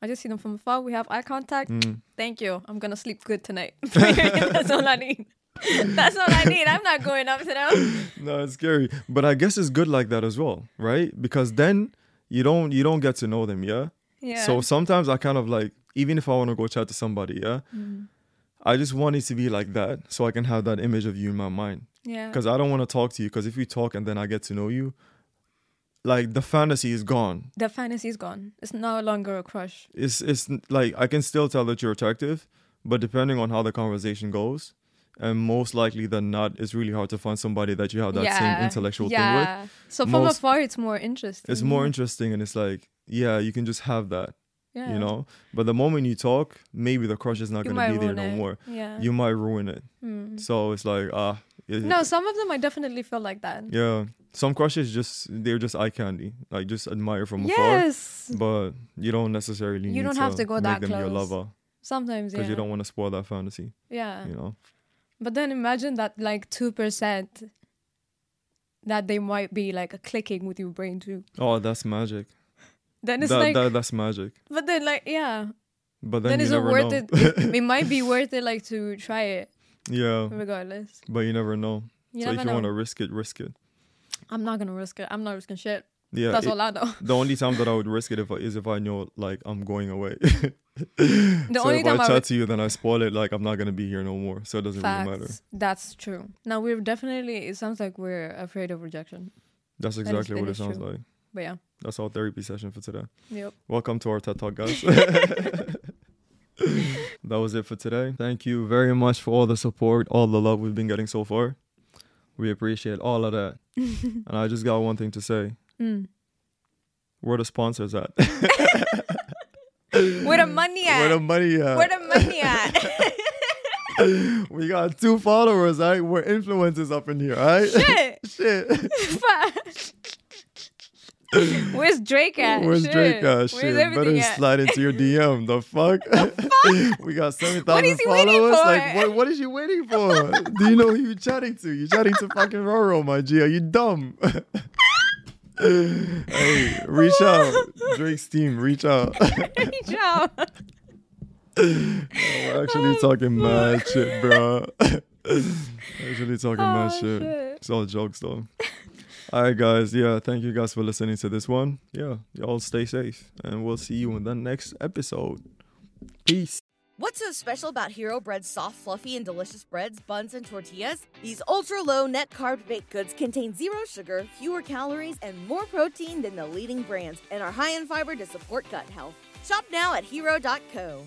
I just see them from afar. We have eye contact.
Mm.
Thank you. I'm gonna sleep good tonight. That's all I need. That's all I need. I'm not going up to them.
No, it's scary. But I guess it's good like that as well, right? Because then you don't you don't get to know them, yeah?
Yeah.
So sometimes I kind of like, even if I want to go chat to somebody, yeah,
Mm-hmm.
I just want it to be like that so I can have that image of you in my mind.
yeah.
Because I don't want to talk to you. Because if we talk and then I get to know you, like the fantasy is gone.
The fantasy is gone. It's no longer a crush.
It's it's n- like I can still tell that you're attractive, but depending on how the conversation goes, and most likely than not, it's really hard to find somebody that you have that same intellectual thing with.
So from
Most-
afar, it's more interesting.
It's more interesting, and it's like, yeah, you can just have that.
yeah.
you know but the moment you talk maybe the crush is not
You
going to be
might
there
ruin
no
it.
more
Yeah. Mm.
you might ruin it so it's like ah it-
No, some of them I definitely feel like that.
yeah some crushes just they're just eye candy like just admire from afar
Yes.
but you don't necessarily
You
need
don't
to
have to go
make
that
them your
close.
lover
Sometimes, yeah.
because you don't want to spoil that fantasy.
yeah.
You know,
But then imagine that like 2% that they might be like clicking with your brain too.
oh, that's magic.
Then
That,
it's like,
that that's magic.
but then like, yeah.
But then,
Then,
you
it's not
never
worth
know.
it. it. It might be worth it like to try it
yeah,
regardless.
but you never know.
You
so if
never
you
know.
want to risk it, risk it.
I'm not going to risk it. I'm not risking shit.
Yeah,
That's
it-
all I know.
the only time that I would risk it if I, is if I know like I'm going away.
The
so
only
if I
time I
chat
would-
to you, then I spoil it. Like I'm not gonna be here no more. So it doesn't really matter.
Facts. That's true. Now we're definitely. It sounds like we're afraid of rejection.
That's exactly
that
what it
is
sounds
true.
like.
But yeah.
That's our therapy session for today.
Yep.
Welcome to our TED Talk, guys. that was it for today. Thank you very much for all the support, all the love we've been getting so far. We appreciate all of that. and I just got one thing to say.
Mm.
Where the sponsors at?
Where the money at?
Where the Mm. money at?
Where the money at?
we got two followers, all right? We're influencers up in here, all right?
Shit.
Shit.
Where's Drake at?
Where's
Shit.
Drake at?
Where's
Shit, better
everything at?
slide into your DM. The fuck? we got 7,000
is he waiting
followers.
for?
Like, what, what is you waiting for? Do you know who you chatting to? you chatting to fucking Roro, my G. Are you dumb? hey, reach out. Drake's team, reach out.
Reach out.
We're
Oh,
actually talking mad shit, bro. actually talking mad
Oh,
shit.
shit.
It's all jokes, though. all right, guys. Yeah, thank you guys for listening to this one. Yeah, y'all stay safe, and we'll see you in the next episode. Peace.
What's so special about Hero Bread's soft, fluffy, and delicious breads, buns, and tortillas? These ultra low net carb baked goods contain zero sugar, fewer calories, and more protein than the leading brands, and are high in fiber to support gut health. Shop now at hero.co.